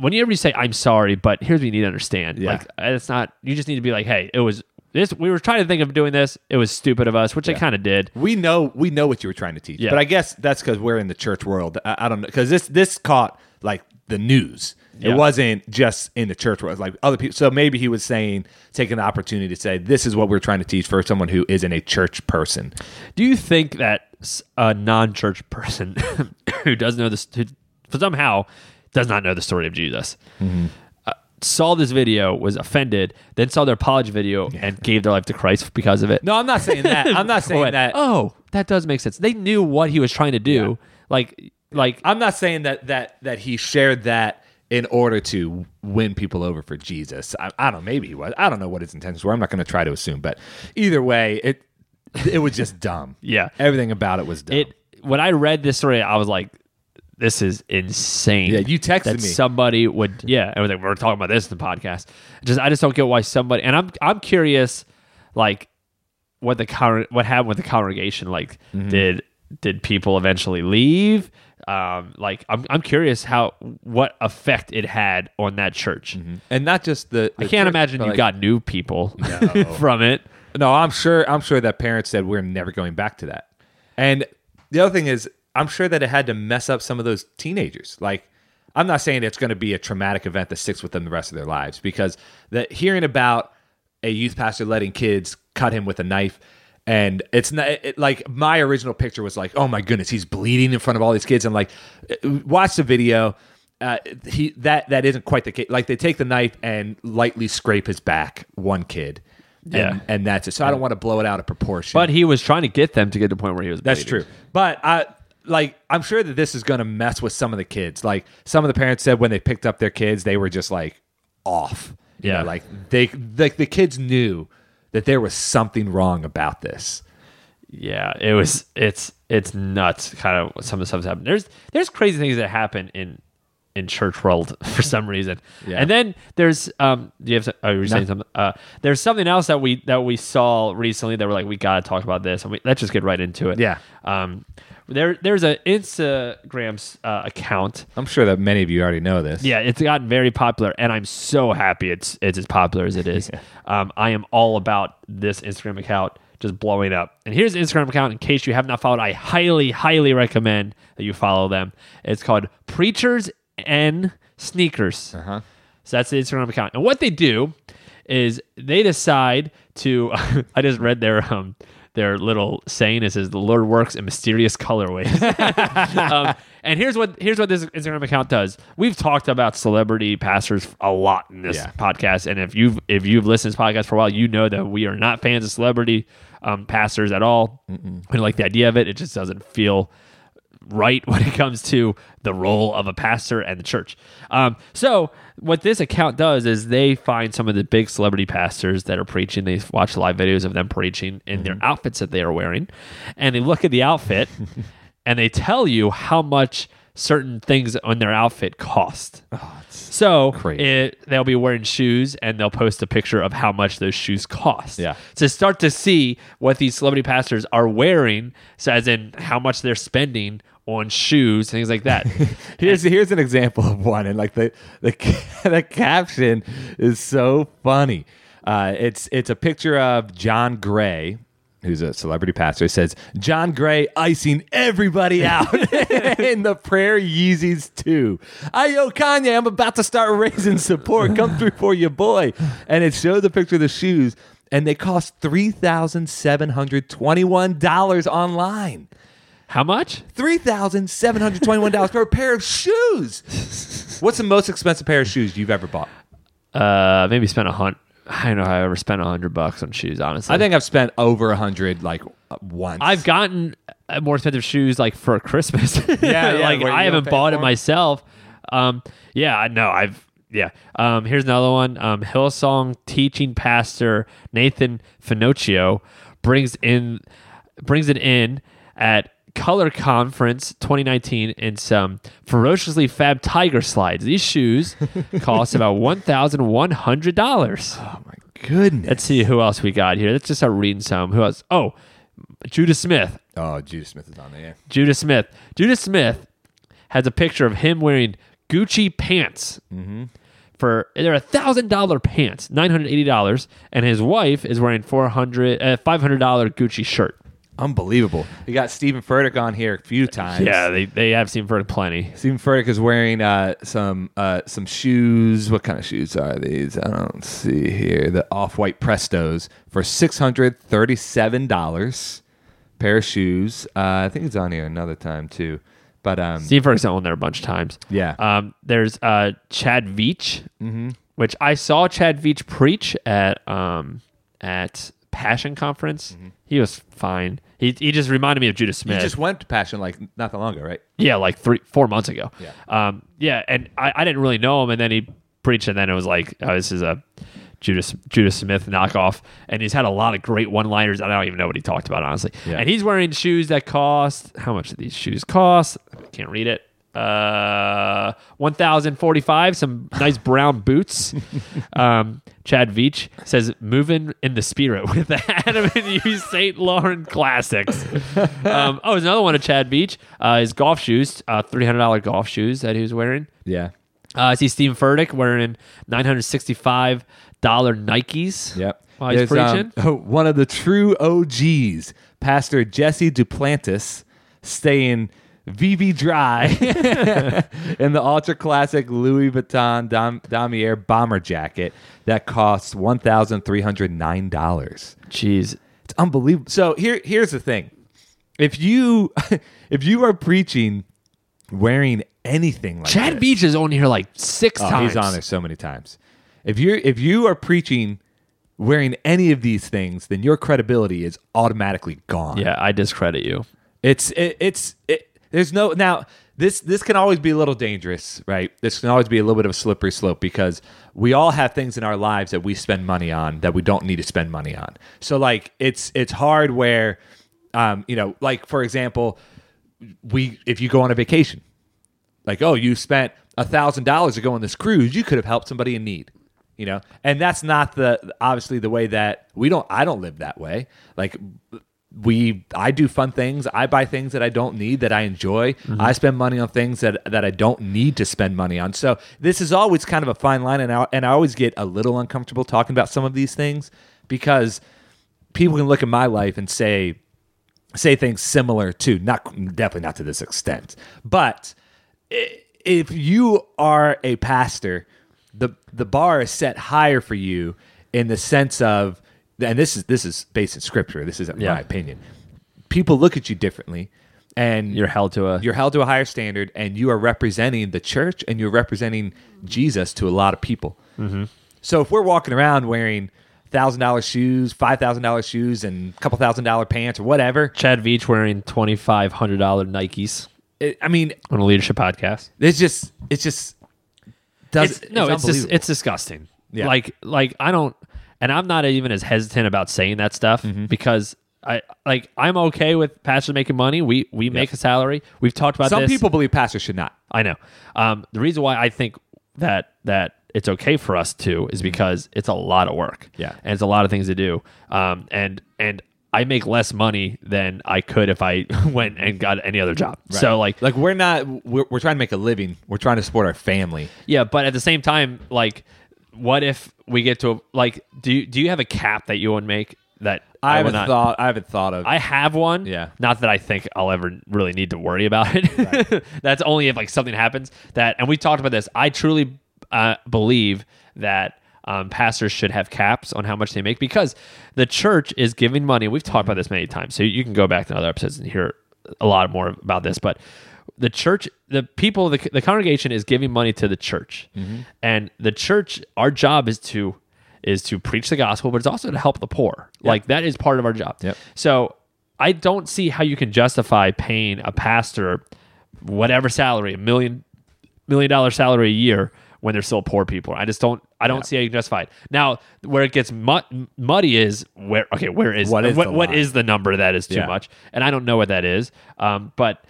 Speaker 3: Whenever you say I'm sorry, but here's what you need to understand.
Speaker 1: Yeah.
Speaker 3: Like uh, it's not you just need to be like, hey, it was this we were trying to think of doing this. It was stupid of us, which I kind of did.
Speaker 1: We know we know what you were trying to teach,
Speaker 3: Yeah.
Speaker 1: but I guess that's because we're in the church world. I, I don't know because this this caught like the news.
Speaker 3: Yeah.
Speaker 1: It wasn't just in the church world, like other people. So maybe he was saying, taking the opportunity to say, "This is what we're trying to teach for someone who isn't a church person."
Speaker 3: Do you think that s- a non-church person [COUGHS] who does know this, who somehow does not know the story of Jesus,
Speaker 1: Mm-hmm.
Speaker 3: uh, saw this video, was offended, then saw their apology video and gave their life to Christ because of it?
Speaker 1: No, I'm not saying that.
Speaker 3: [LAUGHS]
Speaker 1: I'm not saying
Speaker 3: Went,
Speaker 1: that.
Speaker 3: Oh, that does make sense. They knew what he was trying to do. Like, like
Speaker 1: I'm not saying that that that he shared that in order to win people over for Jesus. I, I don't. Maybe he was. I don't know what his intentions were. I'm not going to try to assume. But either way, it it was just [LAUGHS] dumb.
Speaker 3: Yeah.
Speaker 1: everything about it was dumb.
Speaker 3: it. When I read this story, I was like. This is insane.
Speaker 1: Yeah, you texted
Speaker 3: that
Speaker 1: me.
Speaker 3: somebody would. Yeah, and like, we're talking about this in the podcast. Just I just don't get why somebody. And I'm I'm curious, like what the con- what happened with the congregation like
Speaker 1: Mm-hmm.
Speaker 3: did did people eventually leave um like i'm, I'm curious how what effect it had on that church
Speaker 1: and not just the.
Speaker 3: i can't imagine you got new people [LAUGHS] from it
Speaker 1: No, I'm sure. I'm sure that parents said we're never going back to that. And the other thing is, I'm sure that it had to mess up some of those teenagers. Like, I'm not saying it's going to be a traumatic event that sticks with them the rest of their lives because that hearing about a youth pastor letting kids cut him with a knife. And it's not it, like my original picture was like, oh my goodness, he's bleeding in front of all these kids. And like, watch the video. Uh, he that that isn't quite the case. Like they take the knife and lightly scrape his back, one kid.
Speaker 3: Yeah.
Speaker 1: and, and that's it. So I don't want to blow it out of proportion.
Speaker 3: but he was trying to get them to get to the point where he was
Speaker 1: that's
Speaker 3: bleeding.
Speaker 1: true. But I like I'm sure that this is going to mess with some of the kids. Like some of the parents said when they picked up their kids, they were just like off. You
Speaker 3: Yeah.
Speaker 1: know, like they like the kids knew that there was something wrong about this.
Speaker 3: yeah it was it's it's nuts kind of what some of the stuff's happened there's there's crazy things that happen in in church world [LAUGHS] for some reason
Speaker 1: Yeah.
Speaker 3: and then there's um do you have some, oh you were saying something uh there's something else that we that we saw recently that we're like we gotta talk about this and we let's just get right into it
Speaker 1: Yeah.
Speaker 3: um there there's an instagram uh, account
Speaker 1: I'm sure that many of you already know this.
Speaker 3: yeah, it's gotten very popular, and I'm so happy it's it's as popular as it is. um, I am all about this Instagram account just blowing up. And here's the Instagram account in case you have not followed. I highly, highly recommend that you follow them. It's called Preachers and Sneakers. Uh-huh. So that's the Instagram account. [LAUGHS] And what they do is they decide to. I just read their um their little saying is, "Is the Lord works in mysterious colorways." [LAUGHS] um, and here's what here's what this Instagram account does. We've talked about celebrity pastors a lot in this
Speaker 1: Yeah.
Speaker 3: podcast, and if you've if you've listened to this podcast for a while, you know that we are not fans of celebrity um, pastors at all. We don't like the idea of it. It just doesn't feel right [LAUGHS] when it comes to the role of a pastor and the church. Um, so what this account does is they find some of the big celebrity pastors that are preaching. They watch live videos of them preaching in their outfits that they are wearing, and they look at the outfit and they tell you how much certain things on their outfit cost. so
Speaker 1: crazy.
Speaker 3: It, they'll be wearing shoes and they'll post a picture of how much those shoes cost
Speaker 1: Yeah.
Speaker 3: to start to see what these celebrity pastors are wearing, so as in how much they're spending on shoes, things like
Speaker 1: [LAUGHS]
Speaker 3: that.
Speaker 1: Here's here's an example of one, and like the the [LAUGHS] ca- the caption is so funny. Uh, it's it's a picture of John Gray, who's a celebrity pastor. It says John Gray icing everybody out [LAUGHS] in the prayer Yeezys too. I yo Kanye, I'm about to start raising support. Come through for your boy. And it shows a picture of the shoes, and they cost three thousand seven hundred twenty one dollars online.
Speaker 3: how much?
Speaker 1: Three thousand seven hundred twenty-one dollars for a pair of shoes. What's the most expensive pair of shoes you've ever bought?
Speaker 3: Uh, maybe spent a hundred. I don't know how I ever spent a hundred bucks on shoes. Honestly,
Speaker 1: I think I've spent over a hundred like uh, once.
Speaker 3: I've gotten uh, more expensive shoes like for Christmas. [LAUGHS]
Speaker 1: yeah,
Speaker 3: like
Speaker 1: where
Speaker 3: I
Speaker 1: you
Speaker 3: haven't
Speaker 1: don't pay
Speaker 3: bought
Speaker 1: for
Speaker 3: it
Speaker 1: 'em.
Speaker 3: myself. Um, yeah, I know. I've yeah. Um, here's another one. Um, Hillsong teaching pastor Nathan Finocchio brings in brings it in at Color Conference 2019 in some ferociously fab tiger slides. These
Speaker 1: [LAUGHS]
Speaker 3: shoes cost about one thousand one hundred dollars.
Speaker 1: oh my goodness.
Speaker 3: Let's see who else we got here. Let's just start reading some. Who else? Oh, Judah Smith.
Speaker 1: oh, Judas Smith is on there.
Speaker 3: Judah Smith. Judah Smith has a picture of him wearing Gucci pants.
Speaker 1: Mm-hmm.
Speaker 3: For they're a thousand dollar pants, nine hundred eighty dollars, and his wife is wearing four hundred, uh, five hundred dollar Gucci shirt.
Speaker 1: Unbelievable. We got Stephen Furtick on here a few times.
Speaker 3: Yeah, they, they have seen for plenty.
Speaker 1: Stephen Furtick is wearing uh, some uh, some shoes. What kind of shoes are these? I don't see here. The off-white Prestos for six hundred thirty-seven dollars. Pair of shoes. Uh, I think it's on here another time too. But um,
Speaker 3: Steve Ferguson on there a bunch of times.
Speaker 1: Yeah. Mm-hmm.
Speaker 3: Um, there's uh, Chad Veach, which I saw Chad Veach preach at um, at Passion Conference. He was fine. He, he just reminded me of Judah Smith.
Speaker 1: You Mm-hmm. just went to Passion like not that long ago, right?
Speaker 3: Yeah, like three, four months ago.
Speaker 1: Yeah.
Speaker 3: Um, yeah, and I, I didn't really know him, and then he preached, and then it was like, oh, this is a Judas Judas Smith knockoff, and he's had a lot of great one-liners. I don't even know what he talked about, honestly.
Speaker 1: Yeah.
Speaker 3: And he's wearing shoes that cost how much do these shoes cost? I can't read it. Uh, one thousand forty-five. Some nice brown boots.
Speaker 1: [LAUGHS]
Speaker 3: Um, Chad Veach says, "Moving in the spirit with [LAUGHS] the Adam and Eve Saint Lauren classics." um, oh, there's another one of Chad Beach. Uh, his golf shoes, uh, three hundred dollar golf shoes that he was wearing.
Speaker 1: Yeah.
Speaker 3: Uh, I see Steve Furtick wearing nine hundred sixty five dollar Nikes.
Speaker 1: Yep.
Speaker 3: While he's
Speaker 1: There's,
Speaker 3: preaching.
Speaker 1: um, [LAUGHS] one of the true OGs, Pastor Jesse Duplantis, staying VV dry [LAUGHS] in the ultra classic Louis Vuitton Dom- Damier bomber jacket that costs one thousand three hundred nine dollars.
Speaker 3: Jeez.
Speaker 1: It's unbelievable. So here, here's the thing: if you [LAUGHS] if you are preaching wearing anything like
Speaker 3: Chad
Speaker 1: this-
Speaker 3: Beach is on here like six
Speaker 1: Oh,
Speaker 3: times.
Speaker 1: He's on there so many times. If you are if you are preaching wearing any of these things, then your credibility is automatically gone.
Speaker 3: Yeah, I discredit you.
Speaker 1: It's it, it's it, there's no now this this can always be a little dangerous, right? This can always be a little bit of a slippery slope because we all have things in our lives that we spend money on that we don't need to spend money on. So like it's it's hard where um you know, like for example, we if you go on a vacation, like oh you spent a thousand dollars to go on this cruise you could have helped somebody in need you know and that's not the obviously the way that we don't i don't live that way like we i do fun things i buy things that i don't need that i enjoy i spend money on things that that i don't need to spend money on so this is always kind of a fine line and I, and I always get a little uncomfortable talking about some of these things because people can look at my life and say say things similar to not definitely not to this extent but i- if you are a pastor the the bar is set higher for you in the sense of and this is this is based in scripture. This is
Speaker 3: Yeah.
Speaker 1: my opinion. People look at you differently, and
Speaker 3: You're held to a.
Speaker 1: you're held to a higher standard, and you are representing the church, and you're representing Jesus to a lot of people.
Speaker 3: Mm-hmm.
Speaker 1: So if we're walking around wearing thousand dollar shoes, five thousand dollar shoes, and a couple thousand dollar pants or whatever,
Speaker 3: Chad Veach wearing twenty five hundred dollar Nikes
Speaker 1: it, I mean,
Speaker 3: on a leadership podcast.
Speaker 1: it's just it's just does
Speaker 3: It's, no, it's dis-
Speaker 1: unbelievable.
Speaker 3: it's disgusting.
Speaker 1: Yeah.
Speaker 3: Like like I don't, and I'm not even as hesitant about saying that stuff
Speaker 1: Mm-hmm.
Speaker 3: because I like I'm okay with pastors making money. We we make a salary. We've talked about
Speaker 1: some
Speaker 3: this.
Speaker 1: people believe pastors should not.
Speaker 3: I know. Um, the reason why I think that that it's okay for us to is because it's a lot of work.
Speaker 1: Mm-hmm. Yeah.
Speaker 3: and it's a lot of things to do. Um, and and I make less money than I could if I [LAUGHS] went and got any other job. So like
Speaker 1: like we're not we're, we're trying to make a living. We're trying to support our family.
Speaker 3: yeah, but at the same time, like, what if we get to a, like do you, do you have a cap that you would make that
Speaker 1: I,
Speaker 3: would
Speaker 1: haven't
Speaker 3: not-
Speaker 1: thought. I haven't thought of.
Speaker 3: I have one.
Speaker 1: Yeah.
Speaker 3: Not that I think I'll ever really need to worry about it. [LAUGHS] That's only if like something happens that, and we talked about this. I truly uh, believe that um, pastors should have caps on how much they make because the church is giving money. We've talked about this many times, so you can go back to other episodes and hear a lot more about this. But the church, the people, the, the congregation is giving money to the church, and the church. Our job is to is to preach the gospel, but it's also to help the poor. Like that is part of our job.
Speaker 1: Yep.
Speaker 3: So I don't see how you can justify paying a pastor whatever salary, a million million dollar salary a year when they're still poor people. I just don't I don't see how you can justify it. Now, where it gets mud, muddy is where okay, where is
Speaker 1: What is
Speaker 3: what,
Speaker 1: the
Speaker 3: what
Speaker 1: line?
Speaker 3: is the number that is too
Speaker 1: Yeah.
Speaker 3: much? And I don't know what that is. Um, but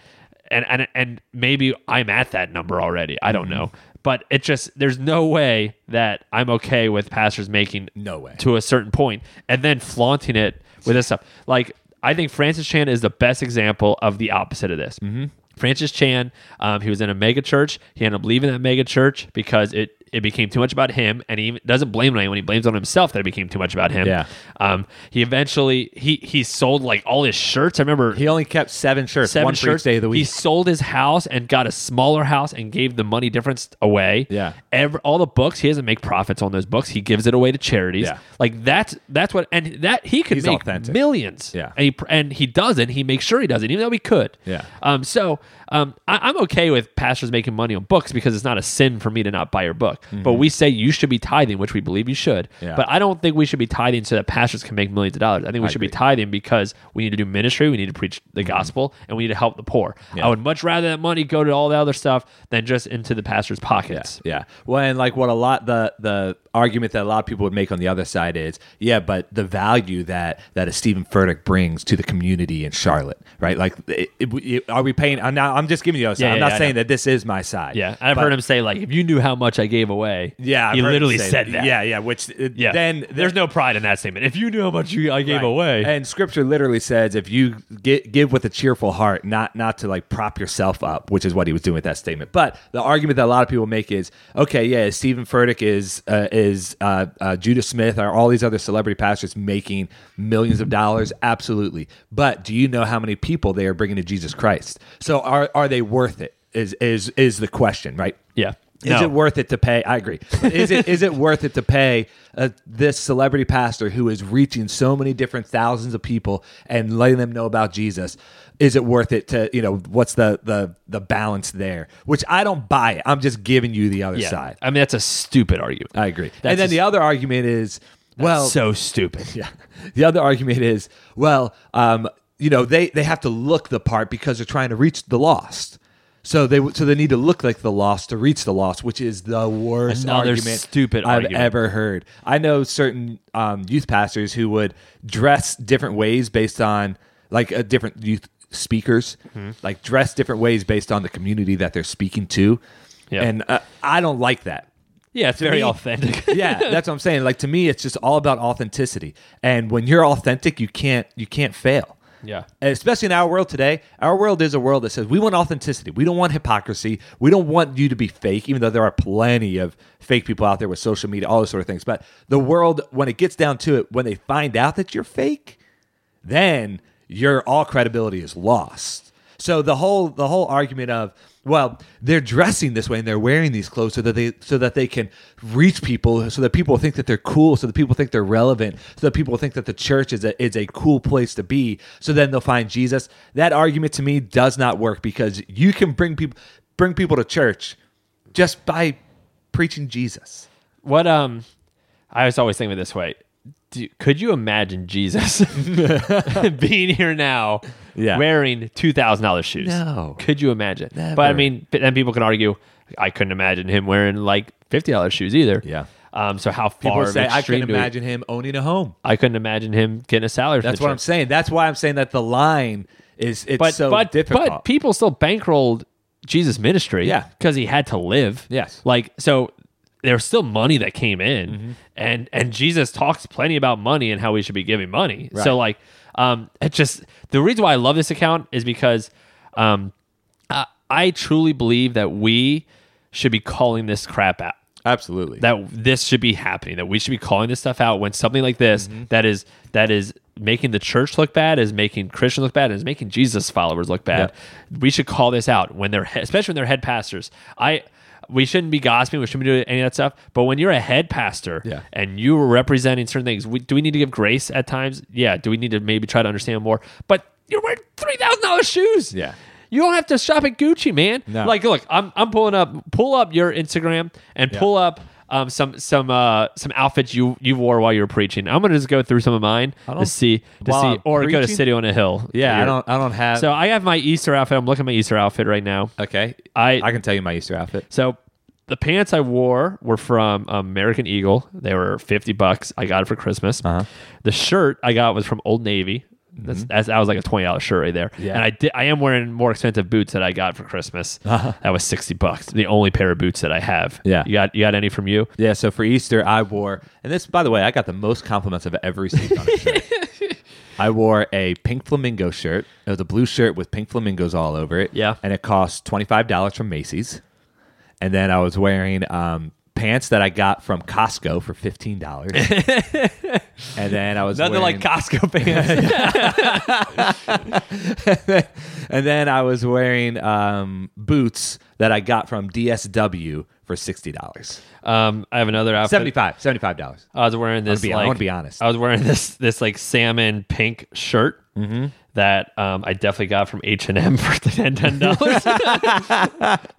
Speaker 3: and and and maybe I'm at that number already. I don't know. But it just there's no way that I'm okay with pastors making
Speaker 1: No way.
Speaker 3: to a certain point and then flaunting it with this stuff. Like I think Francis Chan is the best example of the opposite of this. Mm-hmm. Francis Chan, um, he was in a mega church. He ended up leaving that mega church because it it became too much about him, and he even doesn't blame it on anyone. He blames it on himself that it became too much about him.
Speaker 1: Yeah.
Speaker 3: Um, he eventually he he sold like all his shirts. I remember
Speaker 1: he only kept seven shirts,
Speaker 3: seven
Speaker 1: one for
Speaker 3: shirts.
Speaker 1: each day of the
Speaker 3: He
Speaker 1: week.
Speaker 3: sold his house and got a smaller house and gave the money difference away.
Speaker 1: Yeah.
Speaker 3: Every, all the books he doesn't make profits on those books. He gives it away to charities.
Speaker 1: Yeah.
Speaker 3: Like that's that's what and that he could
Speaker 1: He's
Speaker 3: make
Speaker 1: authentic.
Speaker 3: millions.
Speaker 1: Yeah.
Speaker 3: And he, pr- and he doesn't. He makes sure he doesn't, even though he could.
Speaker 1: Yeah.
Speaker 3: Um. So um, I, I'm okay with pastors making money on books because it's not a sin for me to not buy your book. But we say you should be tithing, which we believe you should.
Speaker 1: Mm-hmm. Yeah.
Speaker 3: But I don't think we should be tithing so that pastors can make millions of dollars. I think we should be
Speaker 1: agree. Mm-hmm.
Speaker 3: tithing because we need to do ministry, we need to preach the gospel, and we need to help the poor. I would much rather that money go to all the other stuff than just into the pastor's pockets.
Speaker 1: yeah. Well, and like what a lot the the argument that a lot of people would make on the other side is, yeah, but the value that that a Stephen Furtick brings to the community in Charlotte, right? Like, it, it- it- are we paying? I'm not. I'm just giving you the other side.
Speaker 3: Yeah,
Speaker 1: I'm
Speaker 3: yeah,
Speaker 1: not
Speaker 3: yeah, I
Speaker 1: saying
Speaker 3: know.
Speaker 1: that this is my side.
Speaker 3: Yeah, I've
Speaker 1: But-
Speaker 3: heard him say like, if you knew how much I gave away,
Speaker 1: Yeah, I've
Speaker 3: he
Speaker 1: heard him
Speaker 3: literally
Speaker 1: say
Speaker 3: said that.
Speaker 1: Yeah, yeah. Which uh,
Speaker 3: yeah.
Speaker 1: then
Speaker 3: there's no pride in that statement. If you knew how much you, I gave
Speaker 1: Right.
Speaker 3: away,
Speaker 1: And scripture literally says if you get, give with a cheerful heart, not not to like prop yourself up, which is what he was doing with that statement. But the argument that a lot of people make is, okay, yeah, Stephen Furtick is uh, is uh, uh, Judah Smith, are all these other celebrity pastors making millions of dollars? Absolutely. But do you know how many people they are bringing to Jesus Christ? So are are they worth it? Is is is the question, right?
Speaker 3: yeah,
Speaker 1: Is
Speaker 3: No.
Speaker 1: it worth it to pay? I agree. But is it is it worth it to pay uh, this celebrity pastor who is reaching so many different thousands of people and letting them know about Jesus? Is it worth it to you know what's the the the balance there? Which I don't buy it. I'm just giving you the other
Speaker 3: Yeah.
Speaker 1: side.
Speaker 3: I mean, that's a stupid argument.
Speaker 1: I agree.
Speaker 3: That's
Speaker 1: and then
Speaker 3: just-
Speaker 1: the other argument is well,
Speaker 3: so stupid.
Speaker 1: Oh. [LAUGHS] yeah. The other argument is, well, um, you know, they they have to look the part because they're trying to reach the lost. So they so they need to look like the lost to reach the lost, which is the worst
Speaker 3: Another
Speaker 1: argument
Speaker 3: stupid
Speaker 1: I've
Speaker 3: argument.
Speaker 1: ever heard. I know certain um, youth pastors who would dress different ways based on like a different youth speakers,
Speaker 3: Hmm.
Speaker 1: like dress different ways based on the community that they're speaking to,
Speaker 3: Yeah.
Speaker 1: and uh, I don't like that
Speaker 3: Yeah, it's very
Speaker 1: me-
Speaker 3: authentic.
Speaker 1: [LAUGHS] yeah, that's what I'm saying. Like to me, it's just all about authenticity. And when you're authentic, you can't you can't fail.
Speaker 3: Yeah.
Speaker 1: And especially in our world today, our world is a world that says we want authenticity. We don't want hypocrisy. We don't want you to be fake, even though there are plenty of fake people out there with social media, all those sort of things. But the world, when it gets down to it, when they find out that you're fake, then your all credibility is lost. So the whole the whole argument of well, they're dressing this way and they're wearing these clothes so that they so that they can reach people, so that people think that they're cool, so that people think they're relevant, so that people think that the church is a is a cool place to be. So then they'll find Jesus. That argument to me does not work because you can bring people bring people to church just by preaching Jesus.
Speaker 3: What um, I was always thinking this way. Do, could you imagine Jesus [LAUGHS] being here now,
Speaker 1: Yeah.
Speaker 3: wearing two thousand dollars shoes?
Speaker 1: No.
Speaker 3: Could you imagine? But I
Speaker 1: Never.
Speaker 3: mean, but then people can argue. I couldn't imagine him wearing like fifty dollars shoes either.
Speaker 1: Yeah.
Speaker 3: Um. So how far?
Speaker 1: People
Speaker 3: of an
Speaker 1: say I
Speaker 3: extreme
Speaker 1: can
Speaker 3: do we-
Speaker 1: imagine him owning a home.
Speaker 3: I couldn't imagine him getting a salary.
Speaker 1: That's what I'm saying. That's why I'm saying that the line is it's
Speaker 3: But
Speaker 1: so
Speaker 3: but
Speaker 1: difficult.
Speaker 3: but people still bankrolled Jesus' ministry.
Speaker 1: Yeah.
Speaker 3: Because he had to live.
Speaker 1: Yes. Mm-hmm.
Speaker 3: Like so. There's still money that came in, and and Jesus talks plenty about money and how we should be giving money. So like, um, it just the reason why I love this account is because, um, I, I truly believe that we should be calling this crap out.
Speaker 1: Absolutely.
Speaker 3: that this should be happening that we should be calling this stuff out when something like this
Speaker 1: Mm-hmm.
Speaker 3: that is that is making the church look bad is making christians look bad is making jesus followers look bad we should call this out when they're he- especially when they're head pastors i we shouldn't be gossiping we shouldn't be doing any of that stuff but when you're a head pastor
Speaker 1: Yeah.
Speaker 3: and you're representing certain things we, do we need to give grace at times yeah do we need to maybe try to understand more but you're wearing $3000 shoes
Speaker 1: Yeah.
Speaker 3: you don't have to shop at Gucci, man.
Speaker 1: No.
Speaker 3: Like, look, I'm, I'm pulling up, pull up your Instagram and pull up um, some some uh, some outfits you you wore while you were preaching. I'm gonna just go through some of mine to
Speaker 1: don't-
Speaker 3: see to
Speaker 1: while
Speaker 3: see,
Speaker 1: I'm
Speaker 3: or go to
Speaker 1: preaching?
Speaker 3: City on a Hill.
Speaker 1: yeah, I
Speaker 3: Your-
Speaker 1: don't I don't have
Speaker 3: So I have my Easter outfit. I'm looking at my Easter outfit right now.
Speaker 1: Okay.
Speaker 3: I-
Speaker 1: I can tell you my Easter outfit.
Speaker 3: So the pants I wore were from um, American Eagle. They were 50 bucks. I got it for Christmas.
Speaker 1: Uh-huh.
Speaker 3: The shirt I got was from Old Navy. That's, that's that was like a twenty dollars shirt right there,
Speaker 1: Mm-hmm. Yeah.
Speaker 3: and I did. I am wearing more expensive boots that I got for Christmas. That was sixty bucks. The only pair of boots that I have.
Speaker 1: Uh-huh. Yeah.
Speaker 3: you got you got any from you?
Speaker 1: Yeah, so for Easter I wore and this by the way, I got the most compliments I've ever received on a shirt.
Speaker 3: [LAUGHS]
Speaker 1: I wore a pink flamingo shirt. It was a blue shirt with pink flamingos all over it.
Speaker 3: Yeah.
Speaker 1: And it cost twenty five dollars from Macy's. And then I was wearing um Pants that I got from Costco for
Speaker 3: [LAUGHS]
Speaker 1: fifteen dollars, and then I was
Speaker 3: Nothing like
Speaker 1: wearing, [LAUGHS]
Speaker 3: Costco pants.
Speaker 1: [LAUGHS] and then I was wearing um, boots that I got from DSW for sixty dollars,
Speaker 3: um, I have another outfit.
Speaker 1: seventy five, seventy five dollars.
Speaker 3: I was wearing this.
Speaker 1: be- I
Speaker 3: like-
Speaker 1: wanna be honest.
Speaker 3: I was wearing [LAUGHS] this this like salmon pink shirt
Speaker 1: Mm-hmm.
Speaker 3: that um, I definitely got from H and M [LAUGHS] for ten
Speaker 1: [LAUGHS]
Speaker 3: dollars,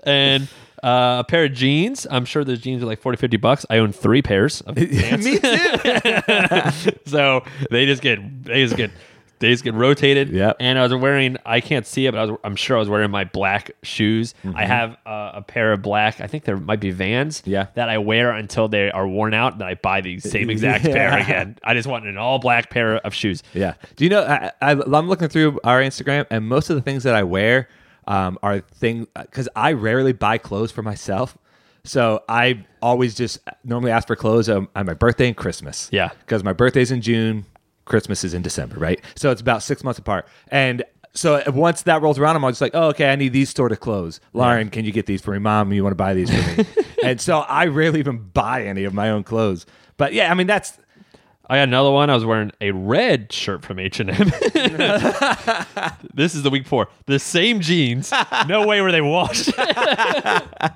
Speaker 3: and uh, a pair of jeans. I'm sure those jeans are like 40, 50 bucks. I own three pairs
Speaker 1: [LAUGHS]
Speaker 3: of pants,
Speaker 1: Me too.
Speaker 3: [LAUGHS] so they just get they just get. They just get rotated.
Speaker 1: Yep.
Speaker 3: And I was wearing, I can't see it, but I was, I'm sure I was wearing my black shoes.
Speaker 1: Mm-hmm.
Speaker 3: I have uh, a pair of black, I think there might be vans
Speaker 1: Yeah.
Speaker 3: that I wear until they are worn out. Then I buy
Speaker 1: [LAUGHS]
Speaker 3: the same exact
Speaker 1: Yeah.
Speaker 3: pair again. I just want an all black pair of shoes.
Speaker 1: Yeah. Do you know? I, I, I'm looking through our Instagram, and most of the things that I wear um, are things because I rarely buy clothes for myself. So I always just normally ask for clothes um, on my birthday and Christmas.
Speaker 3: Yeah.
Speaker 1: Because my birthday's in June, Christmas is in December, right? So it's about six months apart. And so once that rolls around, I'm all just like, oh, okay, I need these sort of clothes. Lauren, can you get these for me? Mom, you want to buy these for me? and so I rarely even buy any of my own clothes. But yeah, I mean, that's
Speaker 3: I got another one. I was wearing a red shirt from H and M. [LAUGHS] This is the week four. The same
Speaker 1: [LAUGHS]
Speaker 3: jeans. No way were they washed. [LAUGHS]
Speaker 1: I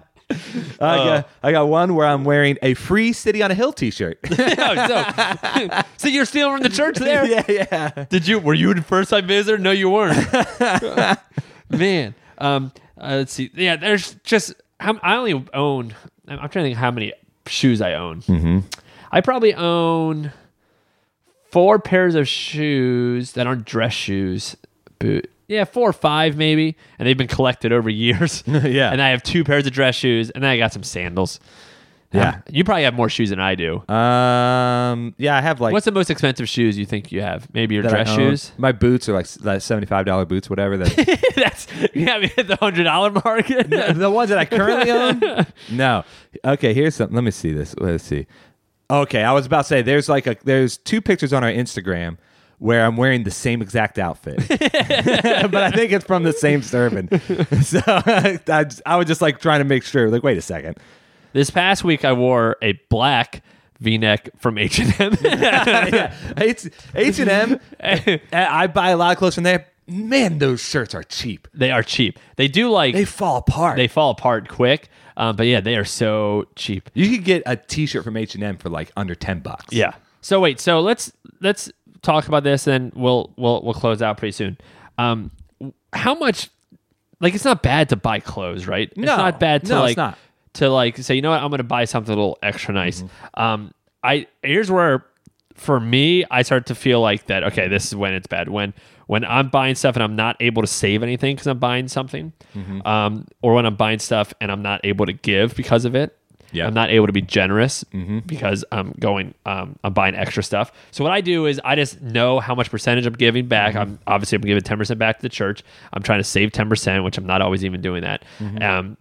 Speaker 1: got, I got one where I'm wearing a free City on a Hill T-shirt.
Speaker 3: so, [LAUGHS] so you're stealing from the church there.
Speaker 1: [LAUGHS] yeah.
Speaker 3: Did you? Were you the first time visitor? No, you weren't. [LAUGHS] Man, um, uh, let's see. Yeah, there's just how I only own. I'm, I'm trying to think how many shoes I own.
Speaker 1: Mm-hmm.
Speaker 3: I probably own four pairs of shoes that aren't dress shoes. Boot. Yeah, four or five maybe, and they've been collected over years.
Speaker 1: [LAUGHS] Yeah.
Speaker 3: and I have two pairs of dress shoes, and then I got some sandals.
Speaker 1: Yeah. Uh,
Speaker 3: Um, you probably have more shoes than I do.
Speaker 1: Um. Yeah, I have like
Speaker 3: What's the most expensive shoes you think you have? Maybe your
Speaker 1: that I
Speaker 3: dress
Speaker 1: own.
Speaker 3: shoes.
Speaker 1: My boots are like, s- like seventy-five dollar boots,
Speaker 3: [LAUGHS]
Speaker 1: whatever. That,
Speaker 3: That's yeah, we hit the hundred dollar mark. [LAUGHS]
Speaker 1: the ones that I currently own. No. Okay. Here's something. Let me see this. Let's see. Okay, I was about to say there's like a there's two pictures on our Instagram where I'm wearing the same exact
Speaker 3: [LAUGHS]
Speaker 1: outfit, but I think it's from the same servant. So [LAUGHS] I, I was just like trying to make sure. Like, wait a second.
Speaker 3: this past week, I wore a black V-neck from H and M.
Speaker 1: [LAUGHS] yeah, H and M. I buy a lot of clothes from there. man, those shirts are cheap.
Speaker 3: [LAUGHS] They are cheap. They do like
Speaker 1: They
Speaker 3: they,
Speaker 1: fall apart.
Speaker 3: fall apart quick. Um, but yeah, they are so cheap.
Speaker 1: you could get a T-shirt from H and M for like under ten bucks.
Speaker 3: Yeah. So wait, so let's let's talk about this, and we'll we'll we'll close out pretty soon. Um, how much? Like, it's not bad to buy clothes, right?
Speaker 1: No.
Speaker 3: it's not bad to
Speaker 1: No,
Speaker 3: like
Speaker 1: it's not.
Speaker 3: to like say, you know what, I'm gonna buy something a little extra nice. Um, I here's where for me, I start to feel like that. Okay, this is when it's bad. When when I'm buying stuff and I'm not able to save anything because I'm buying something, um, or when I'm buying stuff and I'm not able to give because of it.
Speaker 1: Yeah.
Speaker 3: I'm not able to be generous because I'm going. Um, I'm buying extra stuff. So what I do is I just know how much percentage I'm giving back. I'm obviously I'm giving ten percent back to the church. I'm trying to save ten percent, which I'm not always even doing that. Um,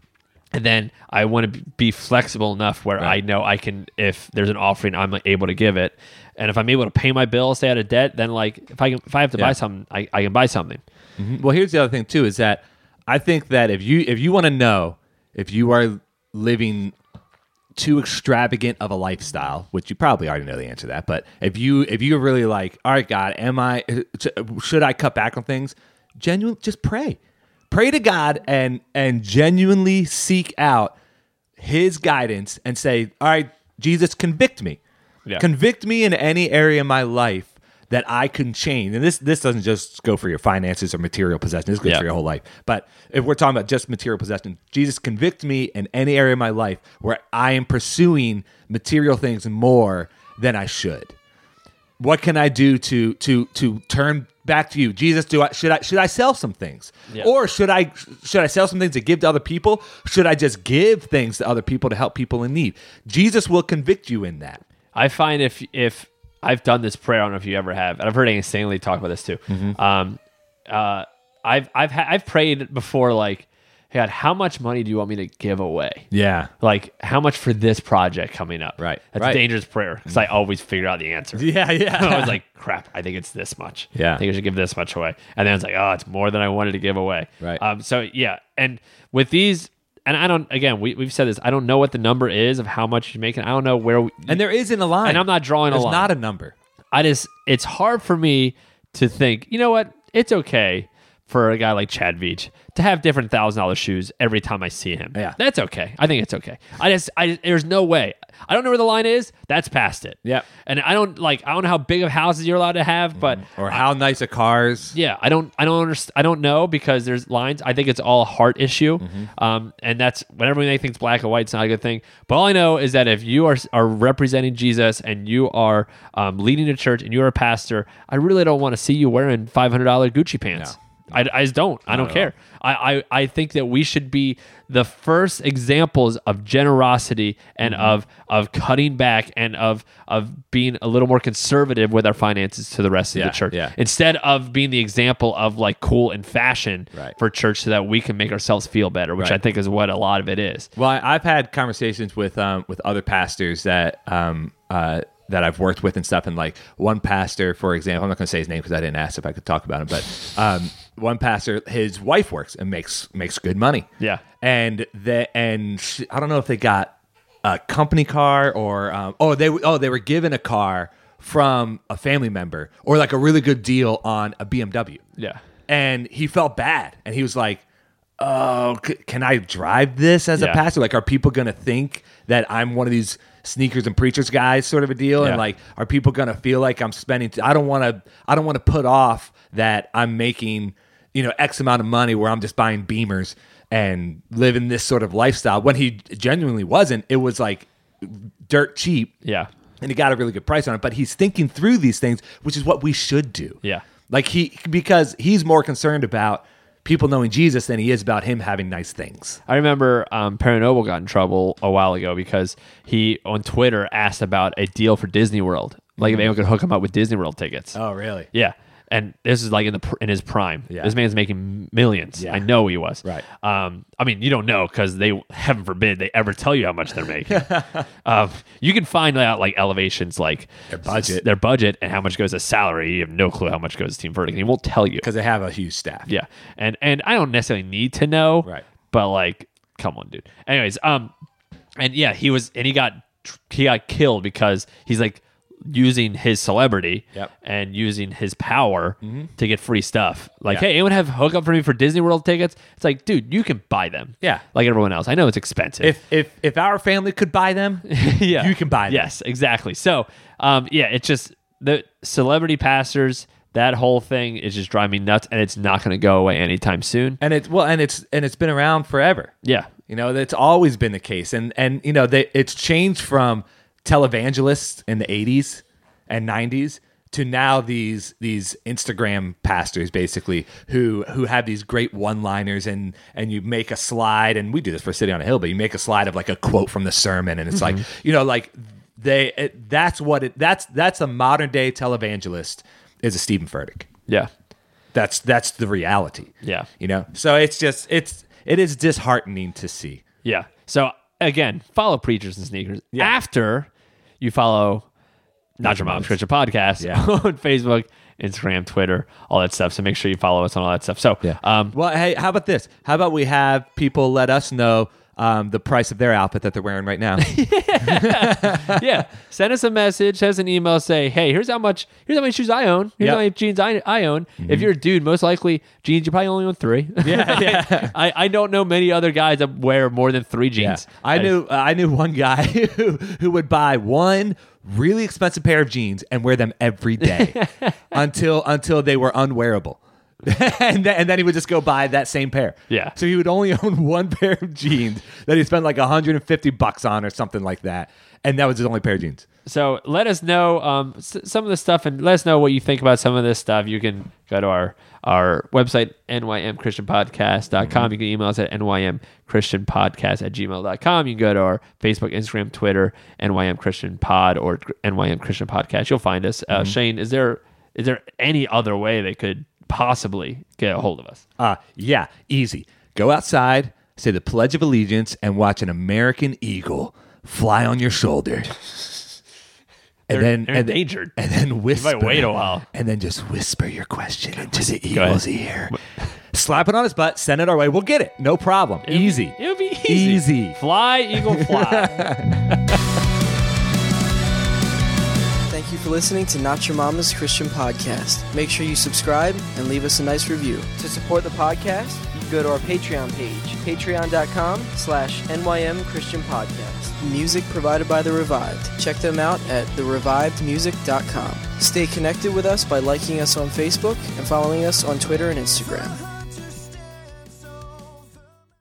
Speaker 3: and then I want to be flexible enough where I know I can, if there's an offering, I'm able to give it. And if I'm able to pay my bill, stay out of debt, then like if I can, if I have to
Speaker 1: Yeah.
Speaker 3: buy something, I, I can buy something.
Speaker 1: Mm-hmm. Well, here's the other thing too is that I think that if you if you want to know if you are living too extravagant of a lifestyle, which you probably already know the answer to that, but if you if you're really like, all right, God, am I should I cut back on things? Genuine, just pray, pray to God and and genuinely seek out His guidance and say, all right, Jesus, convict me,
Speaker 3: Yeah.
Speaker 1: convict me in any area of my life that I can change. And this this doesn't just go for your finances or material possession. This goes
Speaker 3: Yeah.
Speaker 1: for your whole life. But if we're talking about just material possession, Jesus convict me in any area of my life where I am pursuing material things more than I should. What can I do to to to turn back to you, Jesus? Do I should I should I sell some things,
Speaker 3: Yeah.
Speaker 1: or should I should I sell some things to give to other people? Should I just give things to other people to help people in need? Jesus will convict you in that.
Speaker 3: I find if if I've done this prayer, I don't know if you ever have, and I've heard Angus Stanley talk about this too.
Speaker 1: Mm-hmm.
Speaker 3: Um, uh, I've I've ha- I've prayed before, like, "Hey, God, how much money do you want me to give away?
Speaker 1: Yeah,
Speaker 3: Like, how much for this project coming up?
Speaker 1: Right,
Speaker 3: That's
Speaker 1: right.
Speaker 3: a dangerous prayer because I always figure out the answer.
Speaker 1: [LAUGHS] yeah, yeah.
Speaker 3: [LAUGHS] I was like, crap, I think it's this much.
Speaker 1: Yeah.
Speaker 3: I think I should give this much away. And then it's like, oh, it's more than I wanted to give away.
Speaker 1: Right.
Speaker 3: Um, so yeah. And with these, and I don't, again, we, we've said this, I don't know what the number is of how much you're making. I don't know where, we,
Speaker 1: And there isn't a line.
Speaker 3: And I'm not drawing a
Speaker 1: There's
Speaker 3: line.
Speaker 1: not a number.
Speaker 3: I just, it's hard for me to think, you know what? It's okay for a guy like Chad Veach to have different thousand dollar shoes every time I see him.
Speaker 1: Yeah.
Speaker 3: That's okay. I think it's okay. I just, I, there's no way. I don't know where the line is. That's past it.
Speaker 1: Yep.
Speaker 3: And I don't like, I don't know how big of houses you're allowed to have, but
Speaker 1: Or how nice a car's.
Speaker 3: yeah, I don't, I don't understand. I don't know because there's lines. I think it's all a heart issue,
Speaker 1: Mm-hmm.
Speaker 3: um, and that's whenever they think it's black and white, it's not a good thing. But all I know is that if you are are representing Jesus and you are um, leading a church and you're a pastor, I really don't want to see you wearing five hundred dollar Gucci pants. I, I just don't. I don't care. I, I, I think that we should be the first examples of generosity and
Speaker 1: Mm-hmm.
Speaker 3: of of cutting back and of of being a little more conservative with our finances to the rest of
Speaker 1: Yeah,
Speaker 3: the church
Speaker 1: yeah.
Speaker 3: instead of being the example of like cool and fashion
Speaker 1: Right.
Speaker 3: for church so that we can make ourselves feel better which i
Speaker 1: Right.
Speaker 3: think is what a lot of it is
Speaker 1: Well, I, I've had conversations with um, with other pastors that um, uh, that I've worked with and stuff, and like one pastor, for example, I'm not going to say his name because I didn't ask if I could talk about him, but um, one pastor, his wife works and makes makes good money.
Speaker 3: Yeah.
Speaker 1: and the and she, I don't know if they got a company car or um, oh they oh they were given a car from a family member or like a really good deal on a BMW
Speaker 3: yeah
Speaker 1: and he felt bad and he was like oh c- can i drive this as
Speaker 3: Yeah.
Speaker 1: a pastor like are people gonna think that i'm one of these sneakers and preachers guys sort of a deal
Speaker 3: Yeah.
Speaker 1: and like are people gonna feel like i'm spending t- i don't want to i don't want to put off that i'm making you know x amount of money where i'm just buying beamers and living this sort of lifestyle when he genuinely wasn't it was like dirt cheap
Speaker 3: yeah
Speaker 1: and he got a really good price on it. But he's thinking through these things, which is what we should do.
Speaker 3: Yeah.
Speaker 1: like he because he's more concerned about people knowing Jesus than he is about him having nice things.
Speaker 3: I remember um, Perry Noble got in trouble a while ago because he on Twitter asked about a deal for Disney World, like if anyone could hook him up with Disney World tickets.
Speaker 1: Mm-hmm. Oh, really?
Speaker 3: Yeah. And this is like in the pr- in his prime.
Speaker 1: Yeah.
Speaker 3: This man's making millions.
Speaker 1: Yeah.
Speaker 3: I know he was.
Speaker 1: Right.
Speaker 3: Um. I mean, you don't know because they heaven forbid they ever tell you how much they're
Speaker 1: [LAUGHS]
Speaker 3: making. um. You can find out like elevations, like their
Speaker 1: budget.
Speaker 3: their budget, and how much goes as salary. You have no clue how much goes to Team Verdict. and He won't tell you.
Speaker 1: Because they have a huge staff.
Speaker 3: Yeah. And and I don't necessarily need to know.
Speaker 1: Right.
Speaker 3: But like, come on, dude. Anyways, um, and yeah, he was and he got he got killed because he's like using his celebrity
Speaker 1: Yep. Mm-hmm.
Speaker 3: and using his power to get free stuff. Like, hey, anyone have hookup for me for Disney World tickets? It's like, dude, you can buy them.
Speaker 1: Yeah.
Speaker 3: Like everyone else. I know it's expensive.
Speaker 1: If if if our family could buy them,
Speaker 3: [LAUGHS] yeah.
Speaker 1: you can buy them.
Speaker 3: Yes, exactly. So, um, yeah, it's just the celebrity passers, that whole thing is just driving me nuts and it's not going to go away anytime soon.
Speaker 1: And it's well, and it's and it's been around forever.
Speaker 3: Yeah.
Speaker 1: You know, that's always been the case. And and you know, they, it's changed from televangelists in the 80s and 90s to now these these Instagram pastors basically who who have these great one-liners and and you make a slide and we do this for City on a Hill, but you make a slide of like a quote from the sermon and it's like, you know, like they it, that's what it that's that's a modern day televangelist is a Stephen Furtick.
Speaker 3: Yeah.
Speaker 1: That's that's the reality.
Speaker 3: Yeah.
Speaker 1: You know. So it's just it's it is disheartening to see.
Speaker 3: Yeah. So again, follow preachers and sneakers after you follow Not Your Mom's Christian Podcast [LAUGHS]
Speaker 1: Yeah.
Speaker 3: on Facebook, Instagram, Twitter, all that stuff. So make sure you follow us on all that stuff. So [LAUGHS] um,
Speaker 1: Well, hey, how about this? How about we have people let us know um, the price of their outfit that they're wearing right now?
Speaker 3: yeah, send us a message, send us an email, say, hey, here's how much, here's how many shoes I own, here's
Speaker 1: Yep.
Speaker 3: how many jeans I, I own. If you're a dude, most likely jeans, you probably only own three. Mm-hmm. [LAUGHS] Yeah, yeah. I, I don't know many other guys that wear more than three jeans.
Speaker 1: I knew I knew one guy [LAUGHS] who, who would buy one really expensive pair of jeans and wear them every day until until they were unwearable. [LAUGHS] and, then, and then he would just go buy that same pair.
Speaker 3: Yeah.
Speaker 1: So he would only [LAUGHS] own one pair of jeans that he spent like 150 bucks on or something like that. And that was his only pair of jeans.
Speaker 3: So let us know um, s- some of this stuff and let us know what you think about some of this stuff. You can go to our, our website, nymchristianpodcast.com. You can email us at nymchristianpodcast at gmail.com. You can go to our Facebook, Instagram, Twitter, nymchristianpod or nymchristianpodcast. You'll find us.
Speaker 1: Mm-hmm.
Speaker 3: Uh, Shane, is there is there any other way they could possibly get a hold of us?
Speaker 1: Uh, yeah, easy. Go outside, say the Pledge of Allegiance, and watch an American eagle fly on
Speaker 3: [LAUGHS]
Speaker 1: your shoulder. And
Speaker 3: They're-
Speaker 1: then
Speaker 3: they're
Speaker 1: and,
Speaker 3: endangered.
Speaker 1: And then whisper.
Speaker 3: wait a while.
Speaker 1: And then just whisper your question into the
Speaker 3: go ahead.
Speaker 1: eagle's ear. Slap it on his butt. Send it our way. We'll get it. No problem. easy.
Speaker 3: It would be easy.
Speaker 1: Easy.
Speaker 3: Fly, eagle,
Speaker 1: [LAUGHS]
Speaker 3: fly.
Speaker 4: Thank you for listening to Not Your Mama's Christian Podcast. Make sure you subscribe and leave us a nice review. To support the podcast, you can go to our Patreon page, patreon.com slash NYM Christian Podcast. Music provided by The Revived. Check them out at therevivedmusic.com. Stay connected with us by liking us on Facebook and following us on Twitter and Instagram.